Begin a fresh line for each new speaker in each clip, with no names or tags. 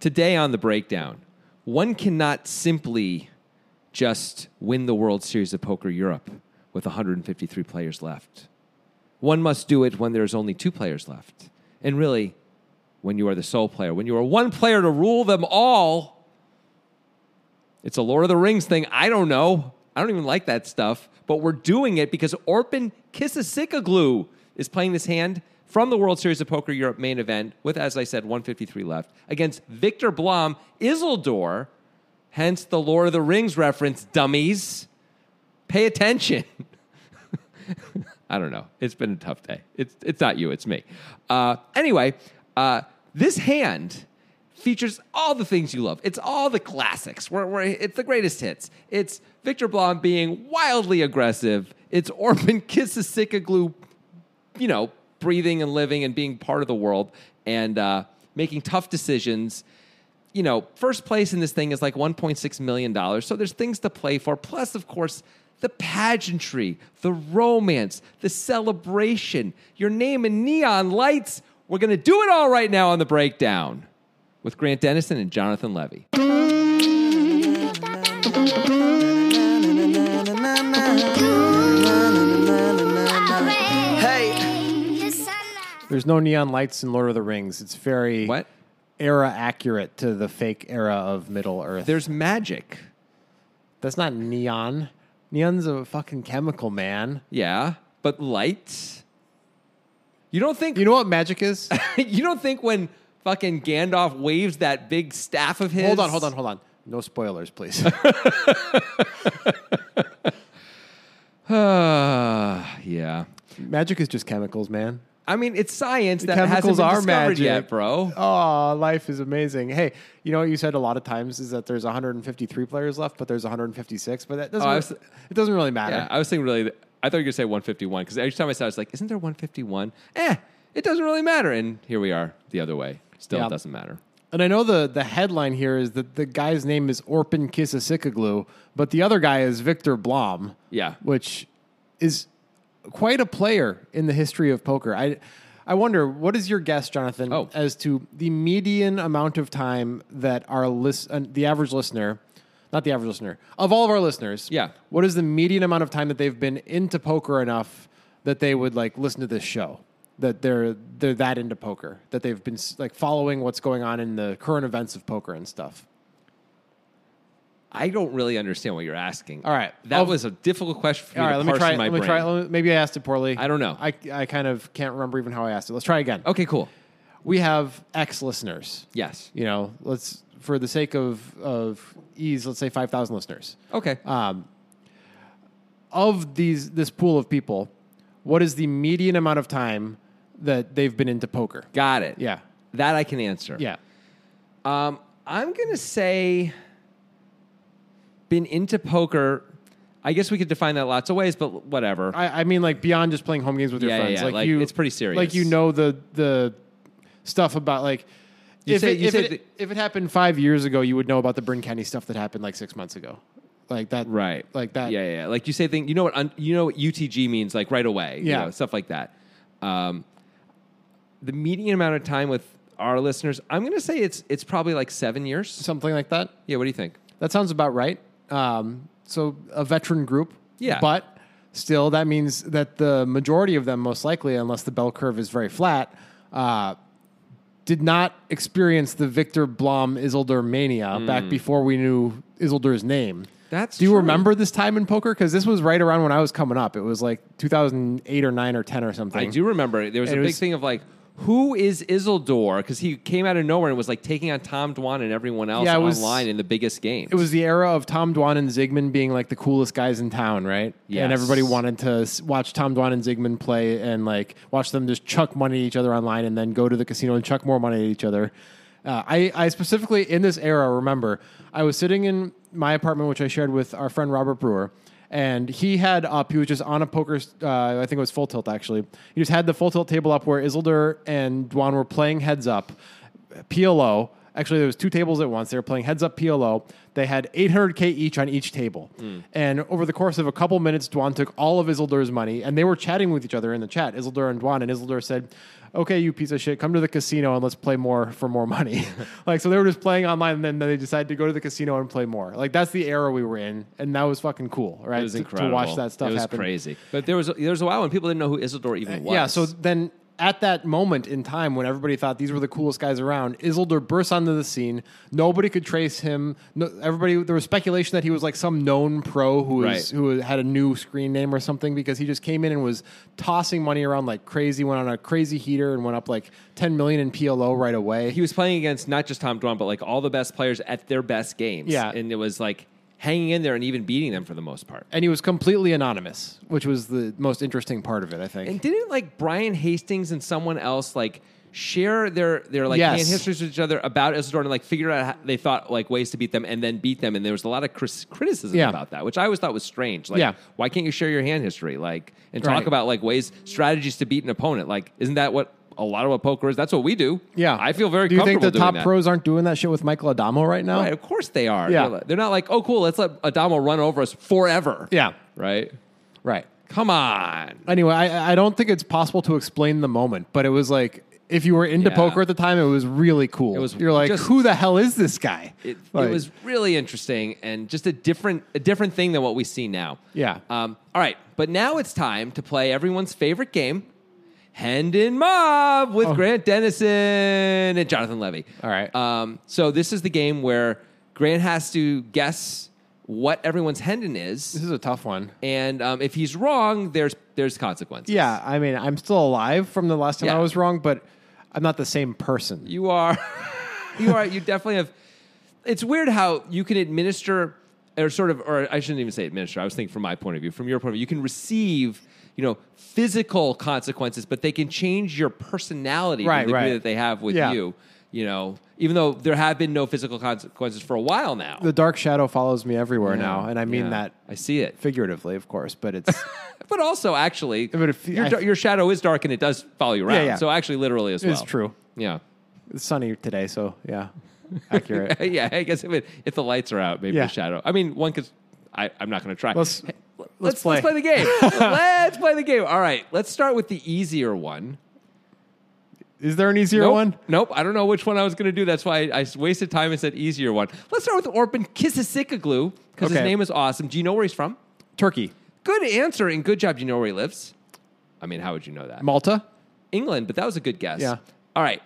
Today on the breakdown, one cannot simply just win the World Series of Poker Europe with 153 players left. One must do it when there's only two players left. And really, when you are the sole player, when you are one player to rule them all, it's a Lord of the Rings thing. I don't know. I don't even like that stuff, but we're doing it because Orpin Kissasikaglu is playing this hand from the World Series of Poker Europe main event with, as I said, 153 left against Victor Blom Isildur, hence the Lord of the Rings reference, dummies. Pay attention. I don't know. It's been a tough day. It's, it's not you, it's me. Uh, anyway, uh, this hand features all the things you love. It's all the classics. We're, we're, it's the greatest hits. It's Victor Blom being wildly aggressive. It's Orphan Kisses Sickaglu, you know, breathing and living and being part of the world and uh, making tough decisions. You know, first place in this thing is like $1.6 million. So there's things to play for. Plus, of course, the pageantry, the romance, the celebration, your name in neon lights. We're going to do it all right now on the breakdown with Grant Dennison and Jonathan Levy.
There's no neon lights in Lord of the Rings. It's very
What?
era accurate to the fake era of Middle Earth.
There's magic.
That's not neon. Neon's a fucking chemical, man.
Yeah, but lights. You don't think
You know what magic is?
you don't think when fucking Gandalf waves that big staff of his
hold on, hold on, hold on. No spoilers, please.
Ah, yeah.
magic is just chemicals, man.
I mean, it's science that hasn't
chemicals
been
are
discovered
magic,
yet, bro.
Oh, life is amazing. Hey, you know what you said a lot of times is that there's 153 players left, but there's 156, but that doesn't.
Oh, I
re-
was-
it doesn't really matter.
Yeah, I was thinking really. th- I thought you were gonna say 151 because each time I saw, it, I was like, "Isn't there 151?" Eh, it doesn't really matter. And here we are, the other way. Still,
Yeah.
it doesn't matter.
And I know the, the headline here is that the guy's name is Orpin Kissisikaglu, but the other guy is Victor Blom.
Yeah.
Which is quite a player in the history of poker. I I wonder what is your guess, Jonathan,
Oh.
as to the median amount of time that our list uh, the average listener, not the average listener, of all of our listeners.
Yeah.
What is the median amount of time that they've been into poker enough that they would like listen to this show? That they're they're that into poker that they've been s- like following what's going on in the current events of poker and stuff.
I don't really understand what you're asking.
All right.
that
I'll-
was a difficult question for me
All right,
to
let me
parse
try.
in my
Let me
brain.
try. Let me, maybe I asked it poorly.
I don't know. Oh.
I, I kind of can't remember even how I asked it. Let's try again.
okay, cool.
We have ex listeners.
Yes.
You know, let's for the sake of of ease, let's say five thousand listeners.
Okay.
Uh, Of these, this pool of people, what is the median amount of time that they've been into poker?
Got it.
Yeah.
That I can answer.
Yeah.
Um, I'm going to say been into poker. I guess we could define that lots of ways, but whatever.
I, I mean, like beyond just playing home games with
Yeah,
your
yeah,
friends.
yeah.
Like,
Like,
you,
it's pretty serious.
Like you know the the stuff about like.
You
if,
say-
it,
you
if,
say
it,
that-
if it happened five years ago, you would know about the Bryn Kenny stuff that happened like six months ago, like that.
right.
Like that.
Yeah, yeah, yeah. Like you say thing, you know what un, you know what UTG means like right away, you
Yeah.
know, stuff like that. Um, the median amount of time with our listeners, I'm going to say it's it's probably like 7 years.
Something like that.
Yeah, what do you think?
That sounds about right. Um, so a veteran group.
Yeah.
But still, that means that the majority of them, most likely, unless the bell curve is very flat, uh, did not experience the Victor Blom Isildur mania back before we knew Isildur's name.
Hmm. That's
Do you
true.
remember this time in poker? Because this was right around when I was coming up. It was like 2008 or 9 or 10 or something.
I do remember it. there was
It
a big
was-
thing of like who is Isildur because he came out of nowhere and was like taking on Tom Dwan and everyone else
Yeah, it was-
online in the biggest games.
It was the era of Tom Dwan and Zygmunt being like the coolest guys in town, right? Yeah.
Yes.
And everybody wanted to s- watch Tom Dwan and Zygmunt play and like watch them just chuck money at each other online and then go to the casino and chuck more money at each other. Uh, I, I specifically, in this era, remember I was sitting in my apartment, which I shared with our friend Robert Brewer. And he had up, he was just on a poker, uh, I think it was full tilt actually. He just had the full tilt table up where Isildur and Dwan were playing heads up. PLO Actually, there was two tables at once. They were playing heads up PLO. They had 800k each on each table,
Hmm.
and over the course of a couple minutes, Dwan took all of Isildur's money, and they were chatting with each other in the chat, Isildur and Dwan, and Isildur said, "Okay, you piece of shit, come to the casino and let's play more for more money." like so, they were just playing online, and then they decided to go to the casino and play more. Like that's the era we were in, and that was fucking cool, right?
It was
to, to
incredible.
watch that stuff
It was
happen.
crazy. But there was there was a while when people didn't know who Isildur even was.
Yeah, so then at that moment in time when everybody thought these were the coolest guys around, Isildur bursts onto the scene. Nobody could trace him. No, everybody there was speculation that he was like some known pro who was
Right.
who had a new screen name or something because he just came in and was tossing money around like crazy, went on a crazy heater and went up like 10 million in PLO right away.
he was playing against not just Tom Dwan, but like all the best players at their best games.
Yeah.
and it was like hanging in there and even beating them for the most part.
and he was completely anonymous, which was the most interesting part of it, I think.
And didn't like Brian Hastings and someone else like share their their like
Yes.
hand histories with each other about Isidore and like figure out how they thought like ways to beat them and then beat them and there was a lot of cris- criticism
Yeah.
about that which I always thought was strange like
Yeah.
why can't you share your hand history like and talk
Right.
about like ways strategies to beat an opponent like isn't that what a lot of what poker is that's what we do
yeah.
I feel very
Do you think
comfortable
the
doing
top
that.
pros aren't doing that shit with Michael Adamo right now?
right of course they are
Yeah.
They're like- they're not like oh cool let's let Adamo run over us forever
Yeah.
right
Right.
come on
anyway, I, I don't think it's possible to explain the moment, but it was like if you were into
Yeah.
poker at the time, it was really cool.
was
You're like,
just-
who the hell is this guy?
It,
Like,
it was really interesting and just a different a different thing than what we see now.
Yeah.
Um, all right, but now it's time to play everyone's favorite game, Hand in Mob, with Grant Dennison and Jonathan Levy.
Oh. All right.
Um, so this is the game where Grant has to guess what everyone's hendon
This
is,
is a tough one.
and um, if he's wrong, there's there's consequences.
Yeah, I mean, I'm still alive from the last time
Yeah.
I was wrong, but I'm not the same person.
You are, you are, you definitely have. It's weird how you can administer, or sort of, or I shouldn't even say administer. I was thinking from my point of view, from your point of view, you can receive, you know, physical consequences, but they can change your personality to
Right,
the degree
right.
that they have with
Yeah.
you. You know, even though there have been no physical consequences for a while now.
The dark shadow follows me everywhere
Yeah,
now, and I mean
yeah.
that
I see it,
figuratively, of course, but it's
but also actually,
But if-
your,
I-
dar- your shadow is dark and it does follow you around.
yeah.
So actually, literally as well.
It's true.
Yeah.
it's sunny today, so yeah, accurate.
yeah, I guess if it, if the lights are out, maybe
Yeah.
the shadow. I mean, one could. I, I'm not going to try.
Let's-
Hey,
let's
let's,
play.
let's play the game. let's play the game. All right, let's start with the easier one.
Is there an easier
nope,
one?
Nope. I don't know which one I was going to do. That's why I, I wasted time and said easier one. Let's start with Orpin Kissasikaglu because his
Okay.
name is awesome. Do you know where he's from?
Turkey,
Good answer and good job. Do you know where he lives? I mean, how would you know that?
Malta.
England, but that was a good guess.
Yeah.
All right.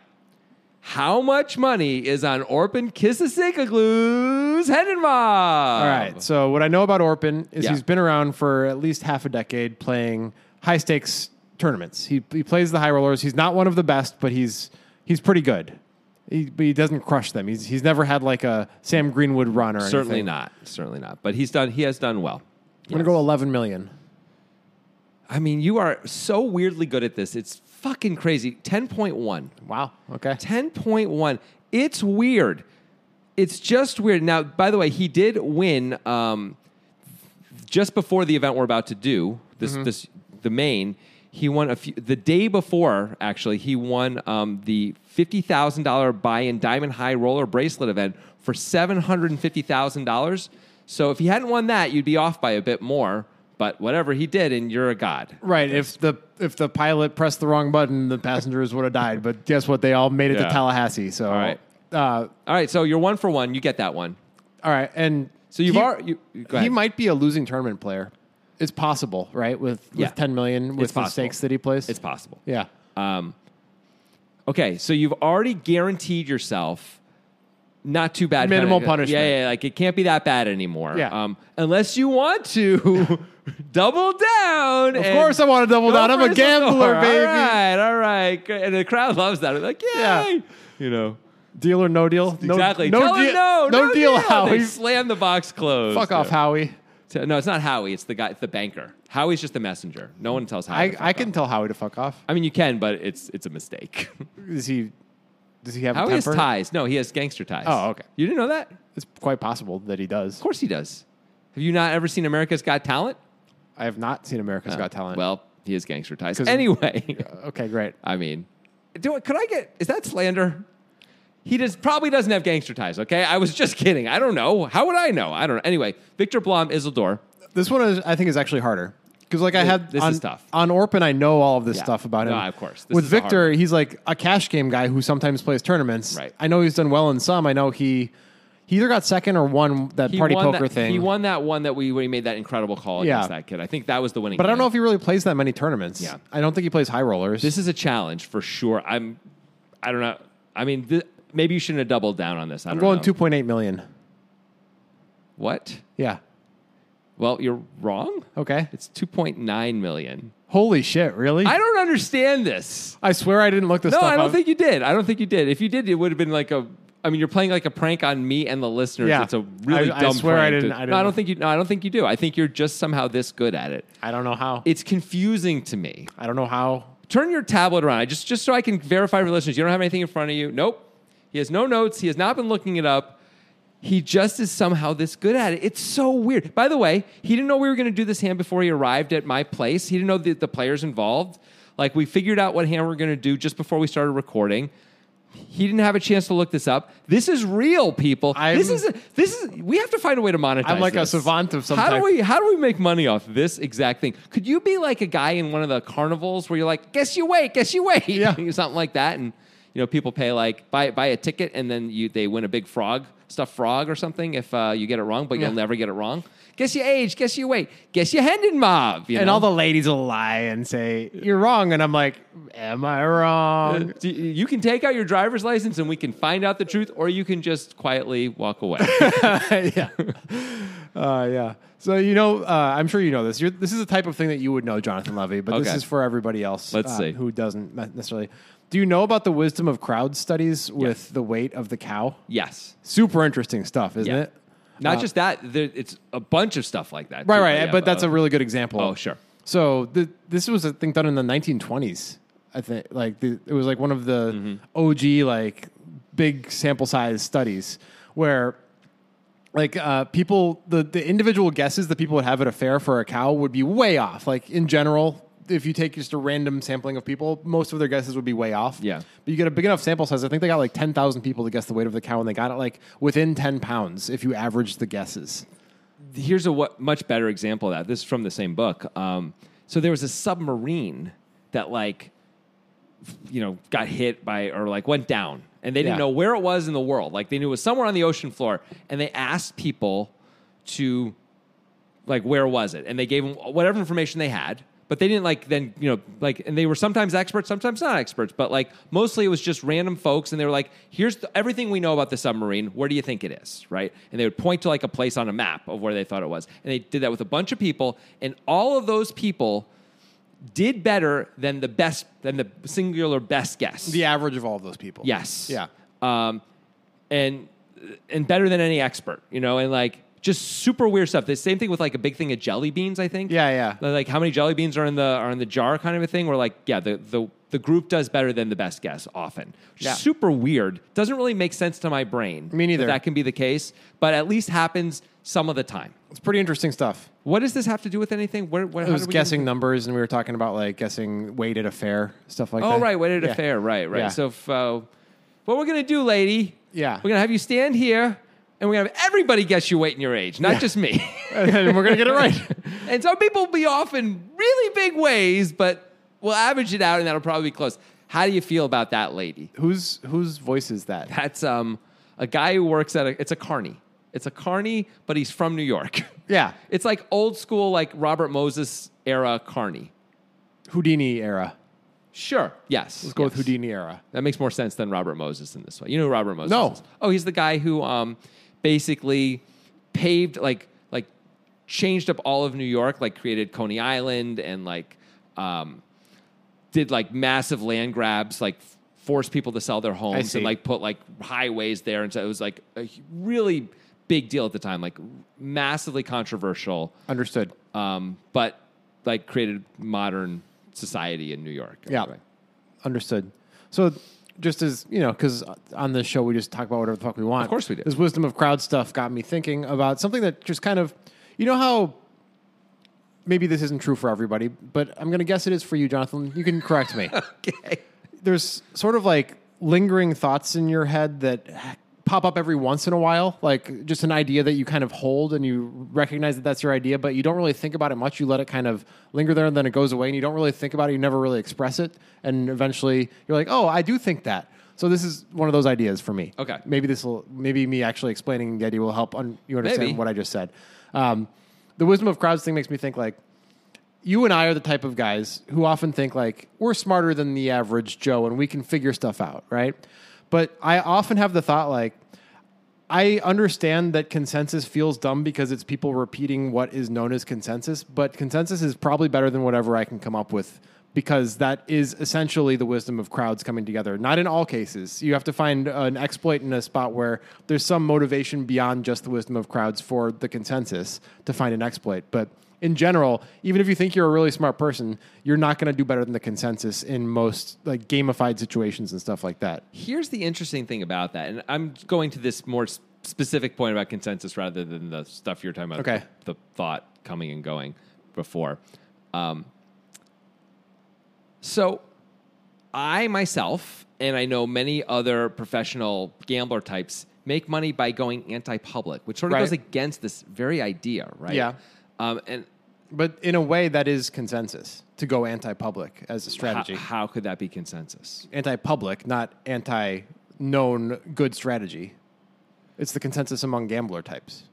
How much money is on Orpin Kissasikaglu's Hendenmob?
All right. So what I know about Orpin
Um,
is
Yeah.
he's been around for at least half a decade playing high stakes tournaments. He he plays the high rollers. He's not one of the best, but he's he's pretty good. He, but he doesn't crush them. He's he's never had like a Sam Greenwood run or
Certainly
anything.
not. Certainly not. But he's done. He has done well.
I'm gonna go 11 million.
I mean, you are so weirdly good at this. It's fucking crazy. Ten point one.
Wow. Okay.
Ten point one. It's weird. It's just weird. Now, by the way, he did win um, just before the event we're about to do. This,
Mm-hmm.
this, the main. He won a few. The day before, actually, he won um, the fifty thousand dollar buy-in Diamond High Roller Bracelet event for seven hundred and fifty thousand dollars. So if he hadn't won that, you'd be off by a bit more. But whatever he did, and you're a god.
Right. If the if the pilot pressed the wrong button, the passengers would have died. But guess what? They all made it
Yeah.
to Tallahassee. So all
right.
Uh,
All right, so you're one for one. You get that one.
all right. And
So you've
he-
already. You, go
he
ahead.
might be a losing tournament player. It's possible, right? With
Yeah.
with ten million, with the
possible.
stakes that he plays,
It's possible.
yeah.
Okay, so you've already guaranteed yourself not too bad.
Minimal
Yeah,
punishment.
Yeah, yeah, like it can't be that bad anymore.
Yeah.
Um, unless you want to double down.
Of course, I want to double down. I'm a gambler, baby.
All right, all right. Great. And the crowd loves that. They're like, yay.
Yeah.
You know,
Deal or no deal. No,
exactly.
No
Tell him
deal.
no,
no, deal.
They
Howie.
slam the box closed.
Fuck off,
Yeah.
Howie.
So- No, it's not Howie. It's the guy. It's the banker. Howie's just the messenger. No one tells Howie.
I,
to fuck
I can
off.
tell Howie to fuck off.
I mean, you can, but it's it's a mistake.
Is he? Does he have
Howie
a
has
temper?
ties. No, he has gangster ties.
Oh, okay.
You didn't know that?
It's quite possible that he does.
Of course he does. Have you not ever seen America's Got Talent?
I have not seen America's Got Talent.
Well, he is gangster ties.
'Cause-
Anyway,
okay, great.
I mean, do could I get? Is that slander? He does probably doesn't have gangster ties. Okay, I was just kidding. I don't know. How would I know? I don't know. Anyway, Victor Blom, Isildur.
This one is, I think is actually harder because like I had
This
on,
is tough.
on Orpin. I know all of this
Yeah.
stuff about him.
No, of course. This
With
is a hard
Victor,
one.
he's like a cash game guy who sometimes plays tournaments.
Right.
I know he's done well in some. I know he he either got second or won that party
won
poker
that,
thing.
He won that one that we, we made that incredible call
Yeah.
against that kid. I think that was the winning.
but I don't
game.
know if he really plays that many tournaments.
Yeah.
I don't think he plays high rollers.
This is a challenge for sure. I'm. I don't know. I mean, th- maybe you shouldn't have doubled down on this. I don't
I'm going
know.
two point eight million.
What?
Yeah.
Well, you're wrong.
Okay.
It's 2.9 million.
Holy shit! Really?
I don't understand this.
I swear I didn't look this
No,
stuff up.
I don't think you did. I don't think you did. If you did, it would have been like a. I mean, you're playing like a prank on me and the listeners.
Yeah.
It's a really
I- I
dumb
swear I
prank.
didn't-
to-
I
No, I
didn't-
don't think you. No, I don't think you do. I think you're just somehow this good at it.
I don't know how.
It's confusing to me.
I don't know how.
Turn your tablet around. I just just so I can verify for listeners. You don't have anything in front of you. Nope. He has no notes. He has not been looking it up. He just is somehow this good at it. It's so weird. By the way, he didn't know we were going to do this hand before he arrived at my place. He didn't know the, the players involved. Like we figured out what hand we we're going to do just before we started recording. He didn't have a chance to look this up. This is real, people.
I'm-
this is this is. We have to find a way to monetize.
I'm like a
this.
savant of some
How
type.
do we how do we make money off this exact thing? Could you be like a guy in one of the carnivals where you're like, guess you wait, guess you wait,
Yeah.
something like that, and you know people pay like buy buy a ticket and then you they win a big frog stuff frog or something if uh, you get it wrong, but
Yeah.
you'll never get it wrong. Guess your age, guess you wait, guess your Hendon mob, you
And
know?
all the ladies will lie and say you're wrong, and I'm like, am I
Uh,
wrong?
do- you can take out your driver's license and we can find out the truth, or you can just quietly walk away.
yeah. Uh, yeah. So you know, uh, I'm sure you know this. You're, this is the type of thing that you would know, Jonathan Levy. But this
Okay.
is for everybody else.
Let's
uh,
see.
who doesn't ne- necessarily. Do you know about the wisdom of crowd studies with the weight of the cow?
yes,
Super interesting stuff, isn't
Yeah.
it?
not just that. There, it's a bunch of stuff like that.
Uh, Right,
too,
right.
yeah,
but that's
uh,
a really good example.
Oh, sure.
So the, this was a thing done in the 1920s. I think like the, it was like one of
Mm-hmm.
the OG like big sample size studies where like uh, people the the individual guesses that people would have at a fair for a cow would be way off. Like in general, if you take just a random sampling of people, most of their guesses would be way off.
Yeah.
But you get a big enough sample size. I think they got like 10,000 people to guess the weight of the cow and they got it like within 10 pounds if you average the guesses.
here's a what, much better example of that. This is from the same book. Um, so there was a submarine that like, f- you know, got hit by or like went down, and they didn't
Yeah.
know where it was in the world. Like they knew it was somewhere on the ocean floor, and they asked people to like where was it and they gave them whatever information they had but they didn't like then you know like and they were sometimes experts sometimes not experts but like mostly it was just random folks and they were like here's the, everything we know about the submarine where do you think it is right and they would point to like a place on a map of where they thought it was and they did that with a bunch of people and all of those people did better than the best than the singular best guess
The average of all of those people.
Yes.
Yeah.
Um, and and better than any expert, you know, and like just super weird stuff. The same thing with like a big thing of jelly beans, I think.
Yeah, yeah.
Like how many jelly beans are in the are in the jar kind of a thing where like, yeah, the the the group does better than the best guess often. Which is
Yeah.
Super weird. Doesn't really make sense to my brain.
Me neither.
That, that can be the case, but at least happens some of the time.
It's pretty interesting stuff.
What does this have to do with anything? Where, where
I was guessing numbers, and we were talking about like guessing weight at a fair, stuff like
Oh
that.
right, wait at
Yeah.
a fair, right, right.
Yeah.
So if, uh, what we're gonna do, lady?
Yeah.
we're gonna have you stand here, and we're gonna have everybody guess your weight and your age, not just me.
and we're gonna get it right.
and some people will be off in really big ways, but we'll average it out, and that'll probably be close. How do you feel about that, lady?
whose whose voice is that?
That's um, a guy who works at a. It's a carny. It's a carny, but he's from New York.
Yeah,
It's like old school, like Robert Moses era carny.
Houdini era.
Sure. Yes.
Let's go with
yes.
Houdini era.
That makes more sense than Robert Moses in this way. You know who Robert Moses
No.
is? Oh, he's the guy who um, basically paved like like changed up all of New York, like created Coney Island and like um, did like massive land grabs, like f- forced people to sell their homes
see.
and like put like highways there, and so it was like a hu- really big deal at the time, like massively controversial,
Understood.
um, but like created modern society in New York.
Yeah, understood. So just as you know, because on this show we just talk about whatever the fuck we want.
Of course we do.
This wisdom of crowd stuff got me thinking about something that just kind of, you know how. Maybe this isn't true for everybody, but I'm going to guess it is for you, Jonathan. You can correct me.
Okay.
there's sort of like lingering thoughts in your head that pop up every once in a while, like just an idea that you kind of hold and you recognize that that's your idea, but you don't really think about it much. You let it kind of linger there and then it goes away and you don't really think about it. You never really express it. And eventually you're like, oh, I do think that. So this is one of those ideas for me.
Okay.
Maybe this will, maybe me actually explaining the idea will help un- you understand
Maybe.
what I just said. Um, the wisdom of crowds thing makes me think like, you and I are the type of guys who often think like we're smarter than the average Joe and we can figure stuff out, right? But I often have the thought like I understand that consensus feels dumb because it's people repeating what is known as consensus, but consensus is probably better than whatever I can come up with because that is essentially the wisdom of crowds coming together. Not in all cases. You have to find an exploit in a spot where there's some motivation beyond just the wisdom of crowds for the consensus to find an exploit. But in general, even if you think you're a really smart person, you're not going to do better than the consensus in most like gamified situations and stuff like that.
Here's the interesting thing about that, and I'm going to this more s- specific point about consensus rather than the stuff you're talking about.
Okay.
The, the thought coming and going before. Um, so, I myself, and I know many other professional gambler types, make money by going anti-public, which sort of
Right.
goes against this very idea, right?
Yeah.
Um, and
But in a way, that is consensus to go anti-public as a
ho-
strategy.
how could that be consensus?
anti-public, not anti-known good strategy. It's the consensus among gambler types.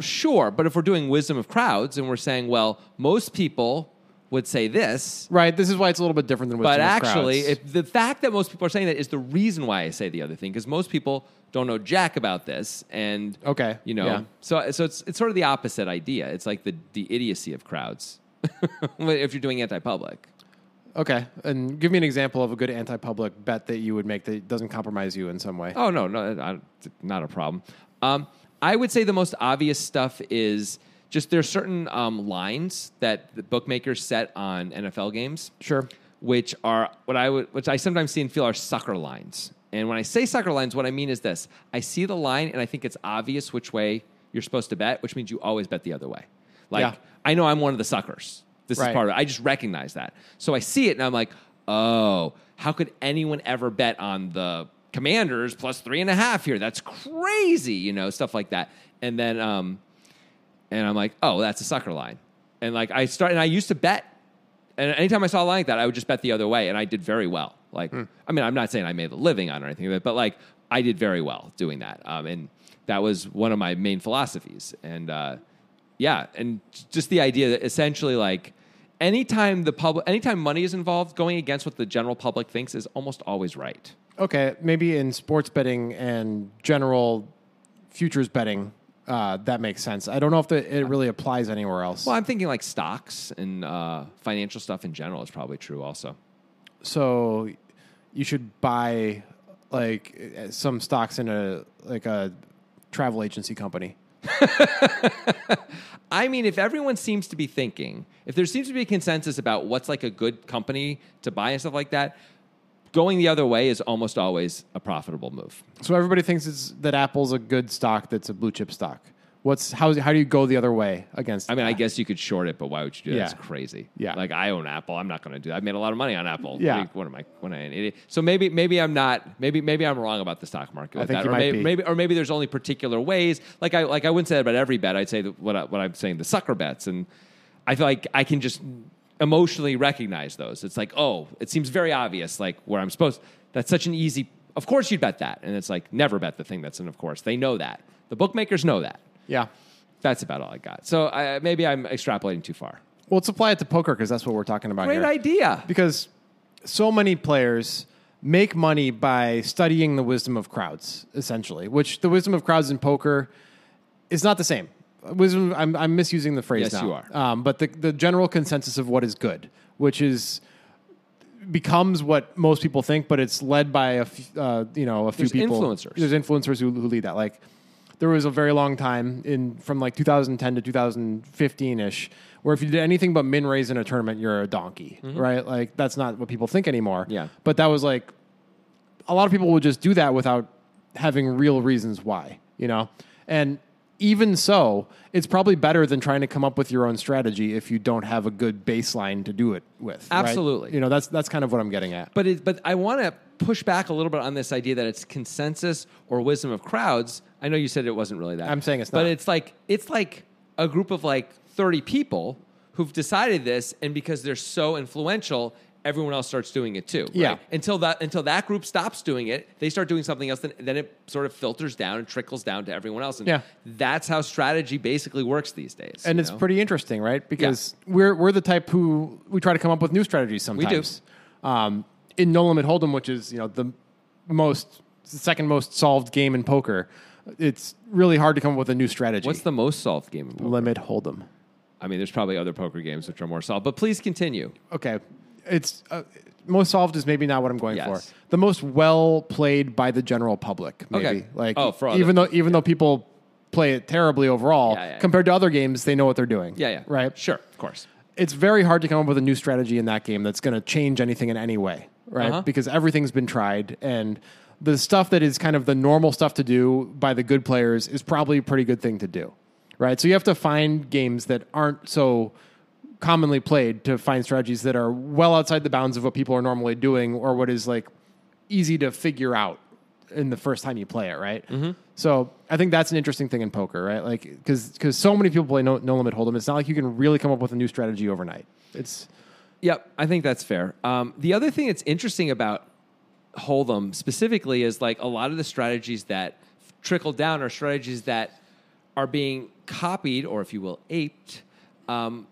Sure, but if we're doing wisdom of crowds and we're saying, well, most people would say this,
Right. This is why it's a little bit different than.
but
wisdom of
actually,
crowds.
if the fact that most people are saying that is the reason why I say the other thing, because most people don't know jack about this, and
Okay,
you know,
yeah.
so so it's it's sort of the opposite idea. It's like the the idiocy of crowds if you're doing anti-public.
okay, and give me an example of a good anti-public bet that you would make that doesn't compromise you in some way.
Oh no, no, I- it's not a problem. Um, I would say the most obvious stuff is just there's certain um, lines that the bookmakers set on NFL games.
Sure.
Which are what I would, which I sometimes see and feel are sucker lines. And when I say sucker lines, what I mean is this: I see the line and I think it's obvious which way you're supposed to bet, which means you always bet the other way. Like
Yeah.
I know I'm one of the suckers. This is
Right.
part of it. I just recognize that. So I see it and I'm like, oh, how could anyone ever bet on the commanders plus three and a half here? That's crazy, you know, stuff like that. And then, um, and I'm like, oh, that's a sucker line. And like I start, and I used to bet. And anytime I saw a line like that, I would just bet the other way, and I did very well. Like, I mean, I'm not saying I made a living on it or anything, but, but like I did very well doing that. Um, and that was one of my main philosophies. And uh, yeah, and j- just the idea that essentially, like, anytime the public, anytime money is involved, going against what the general public thinks is almost always right.
Okay, maybe in sports betting and general futures betting, uh, that makes sense. I don't know if the, it really applies anywhere else.
Well, I'm thinking like stocks and uh, financial stuff in general is probably true also.
so you should buy like uh, some stocks in a like a travel agency company.
I mean, if everyone seems to be thinking, if there seems to be a consensus about what's like a good company to buy and stuff like that, going the other way is almost always a profitable move.
So everybody thinks it's, that Apple's a good stock that's a blue chip stock. What's how how do you go the other way against?
I mean, I
that?
guess you could short it, but why would you do that?
Yeah.
It's crazy.
Yeah.
Like I own Apple. I'm not going to do that. I made a lot of money on Apple.
Yeah.
Like, what am I? What am I an idiot? So maybe, maybe I'm not. Maybe, maybe I'm wrong about the stock market.
I
with
think
that.
you
or
might
maybe,
be.
maybe, or maybe there's only particular ways. Like I, like I wouldn't say that about every bet. I'd say that what, I, what I'm saying, the sucker bets, and I feel like I can just emotionally recognize those. It's like, oh, it seems very obvious, like where I'm supposed. That's such an easy. Of course you'd bet that, and it's like never bet the thing that's an of course. They know that. The bookmakers know that
yeah.
that's about all I got. So I, maybe I'm extrapolating too far.
Well, let's apply it to poker because that's what we're talking about.
Great
here.
idea.
because so many players make money by studying the wisdom of crowds essentially which the wisdom of crowds in poker is not the same wisdom i'm, I'm misusing the
Yes,
phrase now
you are.
um, but the, the general consensus of what is good which is becomes what most people think but it's led by a f- uh, you know a few
There's
people
influencers.
there's influencers who, who lead that like there was a very long time in from like 2010 to 2015 ish where if you did anything but min raise in a tournament, you're a donkey, right? Like that's not what people think anymore.
Mm-hmm. Yeah.
But that was like a lot of people would just do that without having real reasons why, you know? And even so, it's probably better than trying to come up with your own strategy if you don't have a good baseline to do it with. right?
Absolutely.
You know, that's that's kind of what I'm getting at.
But it, but I want to push back a little bit on this idea that it's consensus or wisdom of crowds. I know you said it wasn't really that.
I'm saying it's
But
not.
it's like it's like a group of like 30 people who've decided this, and because they're so influential, everyone else starts doing it too. right?
Yeah.
Until that until that group stops doing it, they start doing something else. Then then it sort of filters down and trickles down to everyone else. And
Yeah.
That's how strategy basically works these days.
and
you
it's
know?
pretty interesting, right? Because we're we're the type who we try to come up with new strategies
do.
sometimes. We do. Um, in No Limit Hold'em, which is you know the most the second most solved game in poker, it's really hard to come up with a new strategy.
What's the most solved game? in poker?
limit Hold'em?
I mean, there's probably other poker games which are more solved, but please continue.
Okay, it's uh, most solved is maybe not what I'm going
Yes.
for. The most well played by the general public, maybe
Okay.
like
Oh, for other
even though even though people play it terribly overall
Yeah, yeah.
compared to other games, they know what they're doing.
Yeah, yeah.
right.
Sure, of course.
it's very hard to come up with a new strategy in that game that's going to change anything in any way, right?
Uh-huh.
Because everything's been tried and the stuff that is kind of the normal stuff to do by the good players is probably a pretty good thing to do, right? So you have to find games that aren't so commonly played to find strategies that are well outside the bounds of what people are normally doing or what is like easy to figure out in the first time you play it, right?
Mm-hmm.
So I think that's an interesting thing in poker, right? Like because because so many people play no, no limit hold'em, it's not like you can really come up with a new strategy overnight. It's
Yep, I think that's fair. Um, the other thing that's interesting about Hold'em specifically is like a lot of the strategies that trickle down are strategies that are being copied or, if you will, aped. Um,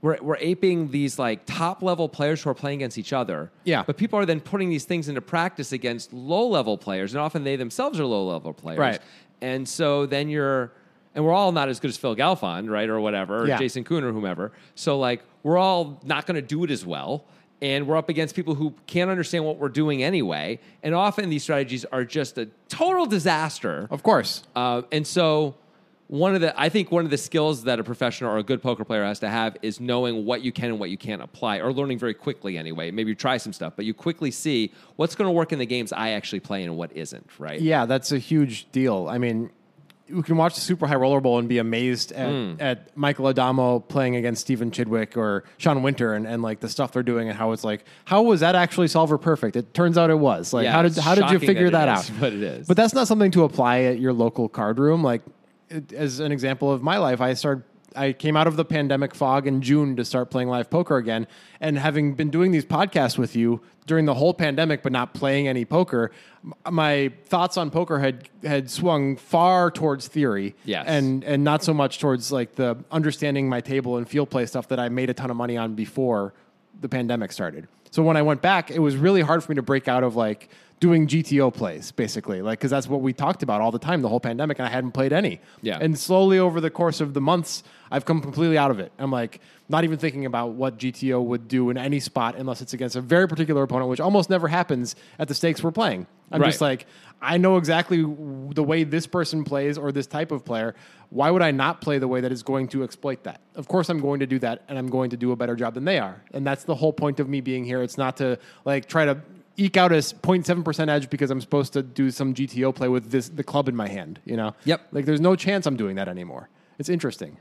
we're, we're aping these like top level players who are playing against each other.
Yeah.
But people are then putting these things into practice against low level players, and often they themselves are low level players.
Right.
And so then you're, and we're all not as good as Phil Galfond, right, or whatever, or
Yeah.
Jason Kuhn or whomever. So like we're all not going to do it as well, and we're up against people who can't understand what we're doing anyway. And often these strategies are just a total disaster.
of course.
Uh, and so one of the I think one of the skills that a professional or a good poker player has to have is knowing what you can and what you can't apply, or learning very quickly anyway. Maybe you try some stuff, but you quickly see what's going to work in the games I actually play and what isn't. Right?
Yeah, that's a huge deal. I mean, you can watch the Super High Roller Bowl and be amazed at,
Mm.
at Michael Adamo playing against Stephen Chidwick or Sean Winter and, and like the stuff they're doing and how it's like, how was that actually solver perfect? It turns out it was. Like,
Yeah,
how did
it's
how did you
shocking
figure
that
that,
it
out?
is, but it is.
But that's not something to apply at your local card room. Like, it, as an example of my life, I started. I came out of the pandemic fog in June to start playing live poker again. And having been doing these podcasts with you during the whole pandemic, but not playing any poker, m- my thoughts on poker had had swung far towards theory,
Yes.
and and not so much towards like the understanding my table and field play stuff that I made a ton of money on before the pandemic started. So when I went back, it was really hard for me to break out of like doing GTO plays basically, like because that's what we talked about all the time the whole pandemic, and I hadn't played any.
Yeah.
And slowly over the course of the months, I've come completely out of it. I'm like not even thinking about what GTO would do in any spot unless it's against a very particular opponent, which almost never happens at the stakes we're playing. I'm just
Right.
like I know exactly w- the way this person plays or this type of player. Why would I not play the way that is going to exploit that? Of course, I'm going to do that, and I'm going to do a better job than they are. And that's the whole point of me being here. It's not to like try to eke out a s- 0.7 percent edge because I'm supposed to do some GTO play with this the club in my hand. You know?
Yep.
Like there's no chance I'm doing that anymore. It's interesting.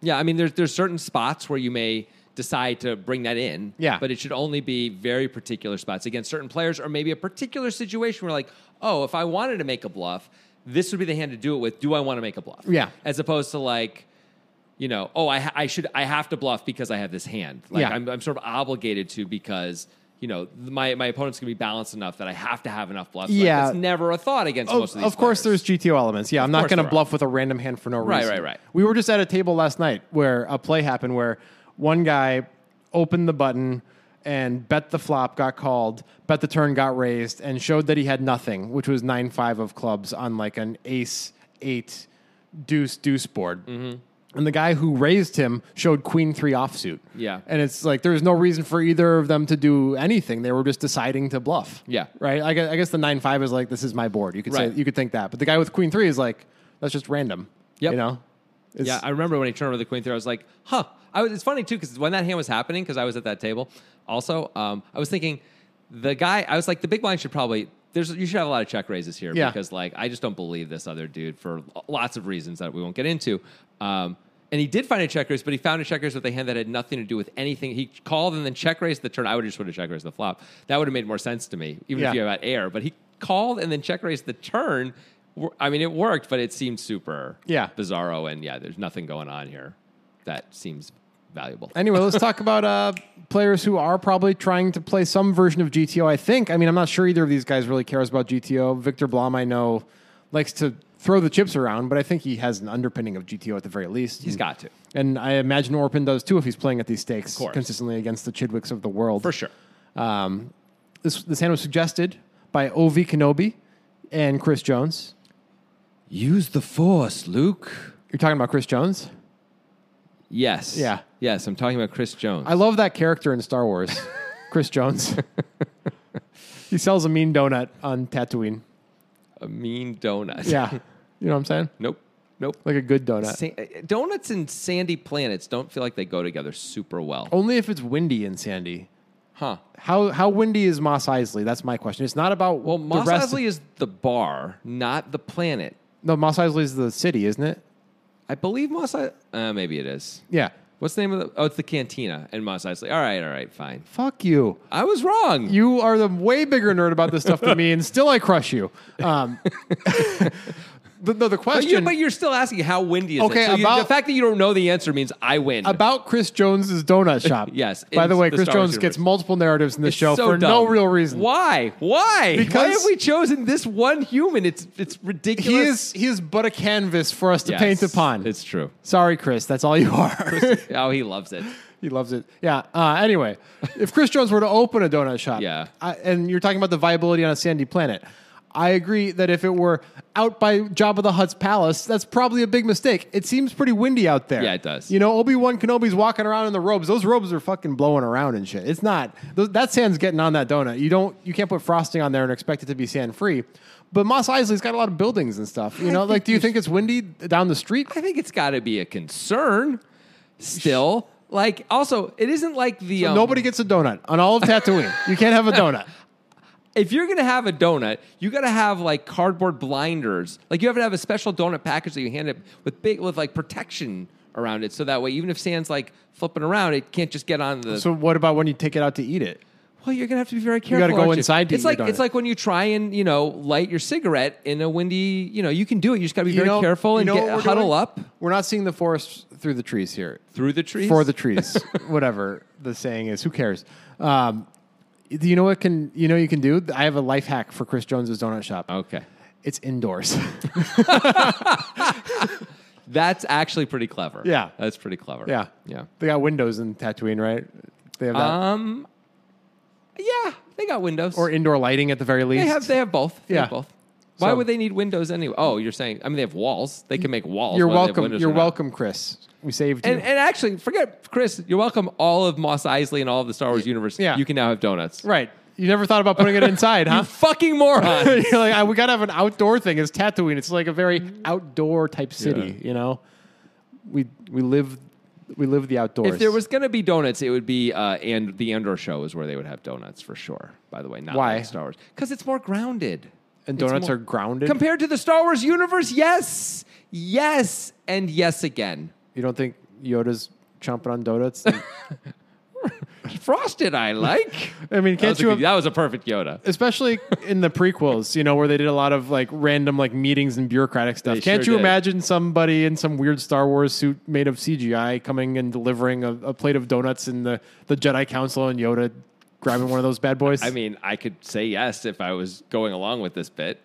Yeah, I mean, there's there's certain spots where you may decide to bring that in.
Yeah.
but it should only be very particular spots against certain players, or maybe a particular situation where, like, oh, if I wanted to make a bluff, this would be the hand to do it with. Do I want to make a bluff?
Yeah.
as opposed to like. You know, oh, I, ha- I should, I have to bluff because I have this hand. Like
Yeah.
I'm, I'm sort of obligated to because you know th- my, my opponent's gonna be balanced enough that I have to have enough bluffs. Like,
Yeah.
that's never a thought against most of these.
Oh, of course,
players.
there's GTO elements. Yeah, I'm not
course
going to
there are.
bluff with a random hand for no
Right,
reason.
right, right.
We were just at a table last night where a play happened where one guy opened the button and bet the flop, got called, bet the turn, got raised, and showed that he had nothing, which was nine five of clubs on like an ace eight deuce deuce board.
Mm-hmm.
And the guy who raised him showed queen three offsuit.
Yeah.
And it's like there's no reason for either of them to do anything. They were just deciding to bluff.
Yeah.
Right? I guess, I guess the nine five is like, this is my board. You could
Right.
say you could think that. But the guy with Queen Three is like, that's just random.
Yep.
You know? It's-
yeah, I remember when he turned over the queen three. I was like, "Huh." I was, it's funny too because when that hand was happening, because I was at that table, also, um, I was thinking the guy. I was like, the big blind should probably there's you should have a lot of check raises here
Yeah.
because like I just don't believe this other dude for lots of reasons that we won't get into. Um, and he did find a check raise, but he found a check raise with a hand that had nothing to do with anything. He called and then check raised the turn. I would just would have check raised the flop. That would have made more sense to me, even
Yeah.
if you had air. But he called and then check raised the turn. Wor- I mean, it worked, but it seemed super
Yeah.
bizarro. And yeah, there's nothing going on here that seems valuable.
Anyway, let's talk about uh, players who are probably trying to play some version of GTO. I think. I mean, I'm not sure either of these guys really cares about GTO. Victor Blom, I know, likes to throw the chips around, but I think he has an underpinning of GTO at the very least.
He's got to,
and I imagine Orpin does too if he's playing at these stakes
course.
consistently against the Chidwicks of the world.
for sure.
Um, this this hand was suggested by Ov Kenobi and Chris Jones.
Use the force, Luke.
You're talking about Chris Jones.
Yes.
Yeah.
Yes, I'm talking about Chris Jones.
I love that character in Star Wars, Chris Jones. he sells a mean donut on Tatooine.
a mean donut.
Yeah, you know what I'm saying?
Nope. Nope.
Like a good donut.
Sa- eh, donuts and sandy planets don't feel like they go together super well.
Only if it's windy and sandy.
Huh.
How how windy is Moss Isley? That's my question. It's not about
Well,
the
Moss
rest-
Isley is the bar, not the planet.
no, Moss Isley is the city, isn't it?
I believe Moss Isley. Uh, maybe it is.
Yeah.
What's the name of the? Oh, it's the Cantina and Moss Isley. All right. All right. Fine.
Fuck you.
I was wrong.
You are the way bigger nerd about this stuff than me, and still I crush you. Um, the, no, the
but, you,
question
but you're still asking how windy is
Okay,
it? So you- the
about-
fact that you don't know the answer means I win.
about Chris Jones's donut shop.
Yes,
By
in
the way,
the
Chris
Star Wars
Jones gets
universe.
multiple narratives in the
It's
show
so
for no
dumb.
real reason.
Why? Why? Why
Because-
have we chosen this one human? It's it's ridiculous.
He is he is but a canvas for us to
Yes,
paint upon.
It's true.
Sorry, Chris. That's all you are.
Oh, he loves it.
he loves it. Yeah. Uh, anyway, if Chris Jones were to open a donut shop,
Yeah.
I, and you're talking about the viability on a sandy planet. I agree that if it were out by Jabba the Hutt's palace, that's probably a big mistake. It seems pretty windy out there.
Yeah, it does.
You know, Obi Wan Kenobi's walking around in the robes. Those robes are fucking blowing around and shit. It's not th- that sand's getting on that donut. You don't, you can't put frosting on there and expect it to be sand free. But Moss Isley's got a lot of buildings and stuff. You know, like, do you think it's windy down the street?
I think it's got to be a concern still. Like, also, it isn't like the. um,
Nobody gets a donut on all of Tatooine. you can't have a donut.
If you're going to have a donut, you got to have like cardboard blinders. Like, you have to have a special donut package that you hand it with big, with like protection around it. So that way, even if sand's like flipping around, it can't just get on the.
So what about when you take it out to eat it?
well, you're going to have to be very careful.
gotta go
aren't
inside to
it's
eat your
like, it's
donut.
like when you try and, you know, light your cigarette in a windy, you know, you can do it. You just got to be
you
very
know,
careful
you
and
know what
get,
we're
huddle
doing?
up
We're not seeing the forest through the trees here.
through the trees.
For the trees, whatever the saying is. Who cares? Um, do you know what can you know you can do? I have a life hack for Chris Jones's donut shop.
Okay.
It's indoors.
That's actually pretty clever.
Yeah.
That's pretty clever.
yeah,
Yeah.
They got windows in Tatooine, right? They have that,
Um, yeah, they got windows.
or indoor lighting at the very least.
they have they have both. They
Yeah.
have both. Why
So-
would they need windows anyway? Oh, you're saying I mean they have walls. They can make walls.
you're
whether they have
welcome.
windows
You're
or not.
welcome, Chris. We saved
And
you.
and actually, forget Chris. You're welcome. All of Moss Isley and all of the Star Wars universe.
Yeah.
you can now have donuts.
right. You never thought about putting it inside, huh?
You fucking moron.
You're like, "Ah, we gotta have an outdoor thing. It's Tatooine. It's like a very
Mm-hmm.
outdoor type city. You know, we we live we live the outdoors.
if there was going to be donuts, it would be uh, and the Andor show is where they would have donuts for sure. By the way, not
Why?
like Star Wars because it's more grounded.
and
It's
donuts
more-
are grounded,
compared to the Star Wars universe. Yes, yes, and yes again.
you don't think Yoda's chomping on donuts?
Frosted, I like.
I mean,
That was,
can't
a
you?
good-
Have,
that was a perfect Yoda.
especially in the prequels, you know, where they did a lot of like random like meetings and bureaucratic stuff.
They
Can't
sure
you
did.
imagine somebody in some weird Star Wars suit made of CGI coming and delivering a, a plate of donuts and the the Jedi Council and Yoda grabbing one of those bad boys?
I mean, I could say yes if I was going along with this bit,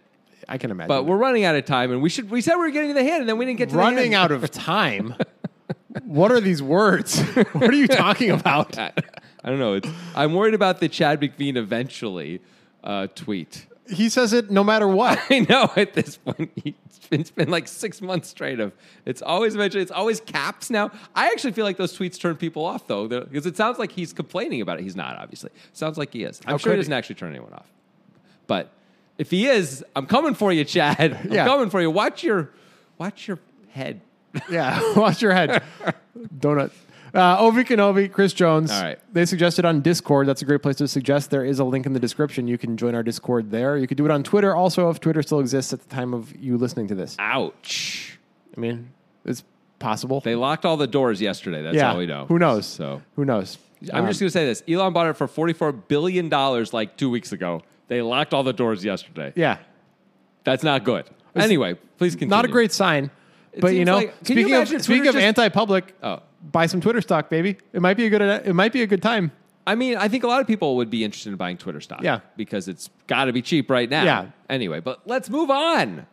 I can imagine.
but we're running out of time, and we should. We said we were getting to the hand, and then we didn't get to the
running
hand.
out of time. what are these words? what are you talking about?
I don't know. It's, I'm worried about the Chad McVean eventually uh, tweet.
He says it no matter what.
I know at this point it's been, it's been like six months straight of it's always mentioned. It's always caps now. I actually feel like those tweets turn people off though because it sounds like he's complaining about it. He's not obviously. Sounds like he is. I'm
How
sure he
could
doesn't
he?
actually turn anyone off. But if he is, I'm coming for you, Chad. I'm
Yeah.
coming for you. Watch your watch your head.
Yeah, watch your head, donut. Uh, Ovi Kenobi, Chris Jones.
All right.
They suggested on Discord. That's a great place to suggest. There is a link in the description. You can join our Discord there. You could do it on Twitter also if Twitter still exists at the time of you listening to this.
Ouch.
I mean, it's possible.
They locked all the doors yesterday. That's all we know.
Who knows?
So
who knows?
I'm
Um,
just going to say this Elon bought it for $44 billion like two weeks ago. They locked all the doors yesterday.
yeah.
That's not good. Anyway, please continue.
Not a great sign. But you
seems
know,
like- can you
speaking
imagine
of speaking
Twitter
of
just-
anti-public,
Oh.
buy some Twitter stock, baby. It might be a good. It might be a good time.
I mean, I think a lot of people would be interested in buying Twitter stock.
Yeah.
Because it's got to be cheap right now.
Yeah.
Anyway, but let's move on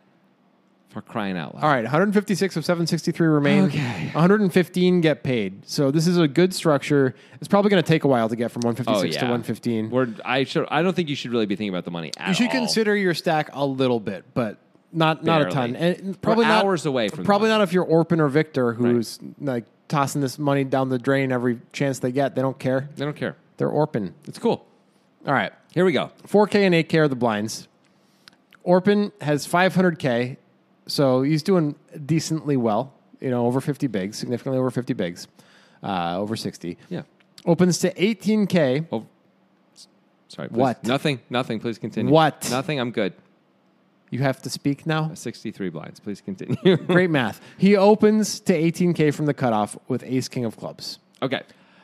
for crying out loud.
All right, 156 of 763 remain.
Okay.
115 get paid. So this is a good structure. It's probably going to take a while to get from 156 to 115.
Oh, We're, I, should, I don't think you should really be thinking about the money at
you should
all.
consider your stack a little bit, but not not a ton.
Barely.
And probably
We're
not
hours away from the
Probably
money.
not if you're Orpin or Victor, who's like tossing this money down the drain every chance they get. They don't care.
They don't care.
They're Orpin.
It's cool.
All right.
Here we go.
4K and 8K are the blinds. Orpin has 500K, so he's doing decently well. You know, over 50 bigs, significantly over 50 bigs, uh, over 60.
Yeah.
Opens to 18K.
Sorry. please.
What?
Nothing. Nothing. Please continue.
What?
Nothing. I'm good.
You have to speak now.
63 blinds. Please continue.
Great math. He opens to 18K from the cutoff with Ace King of Clubs.
okay.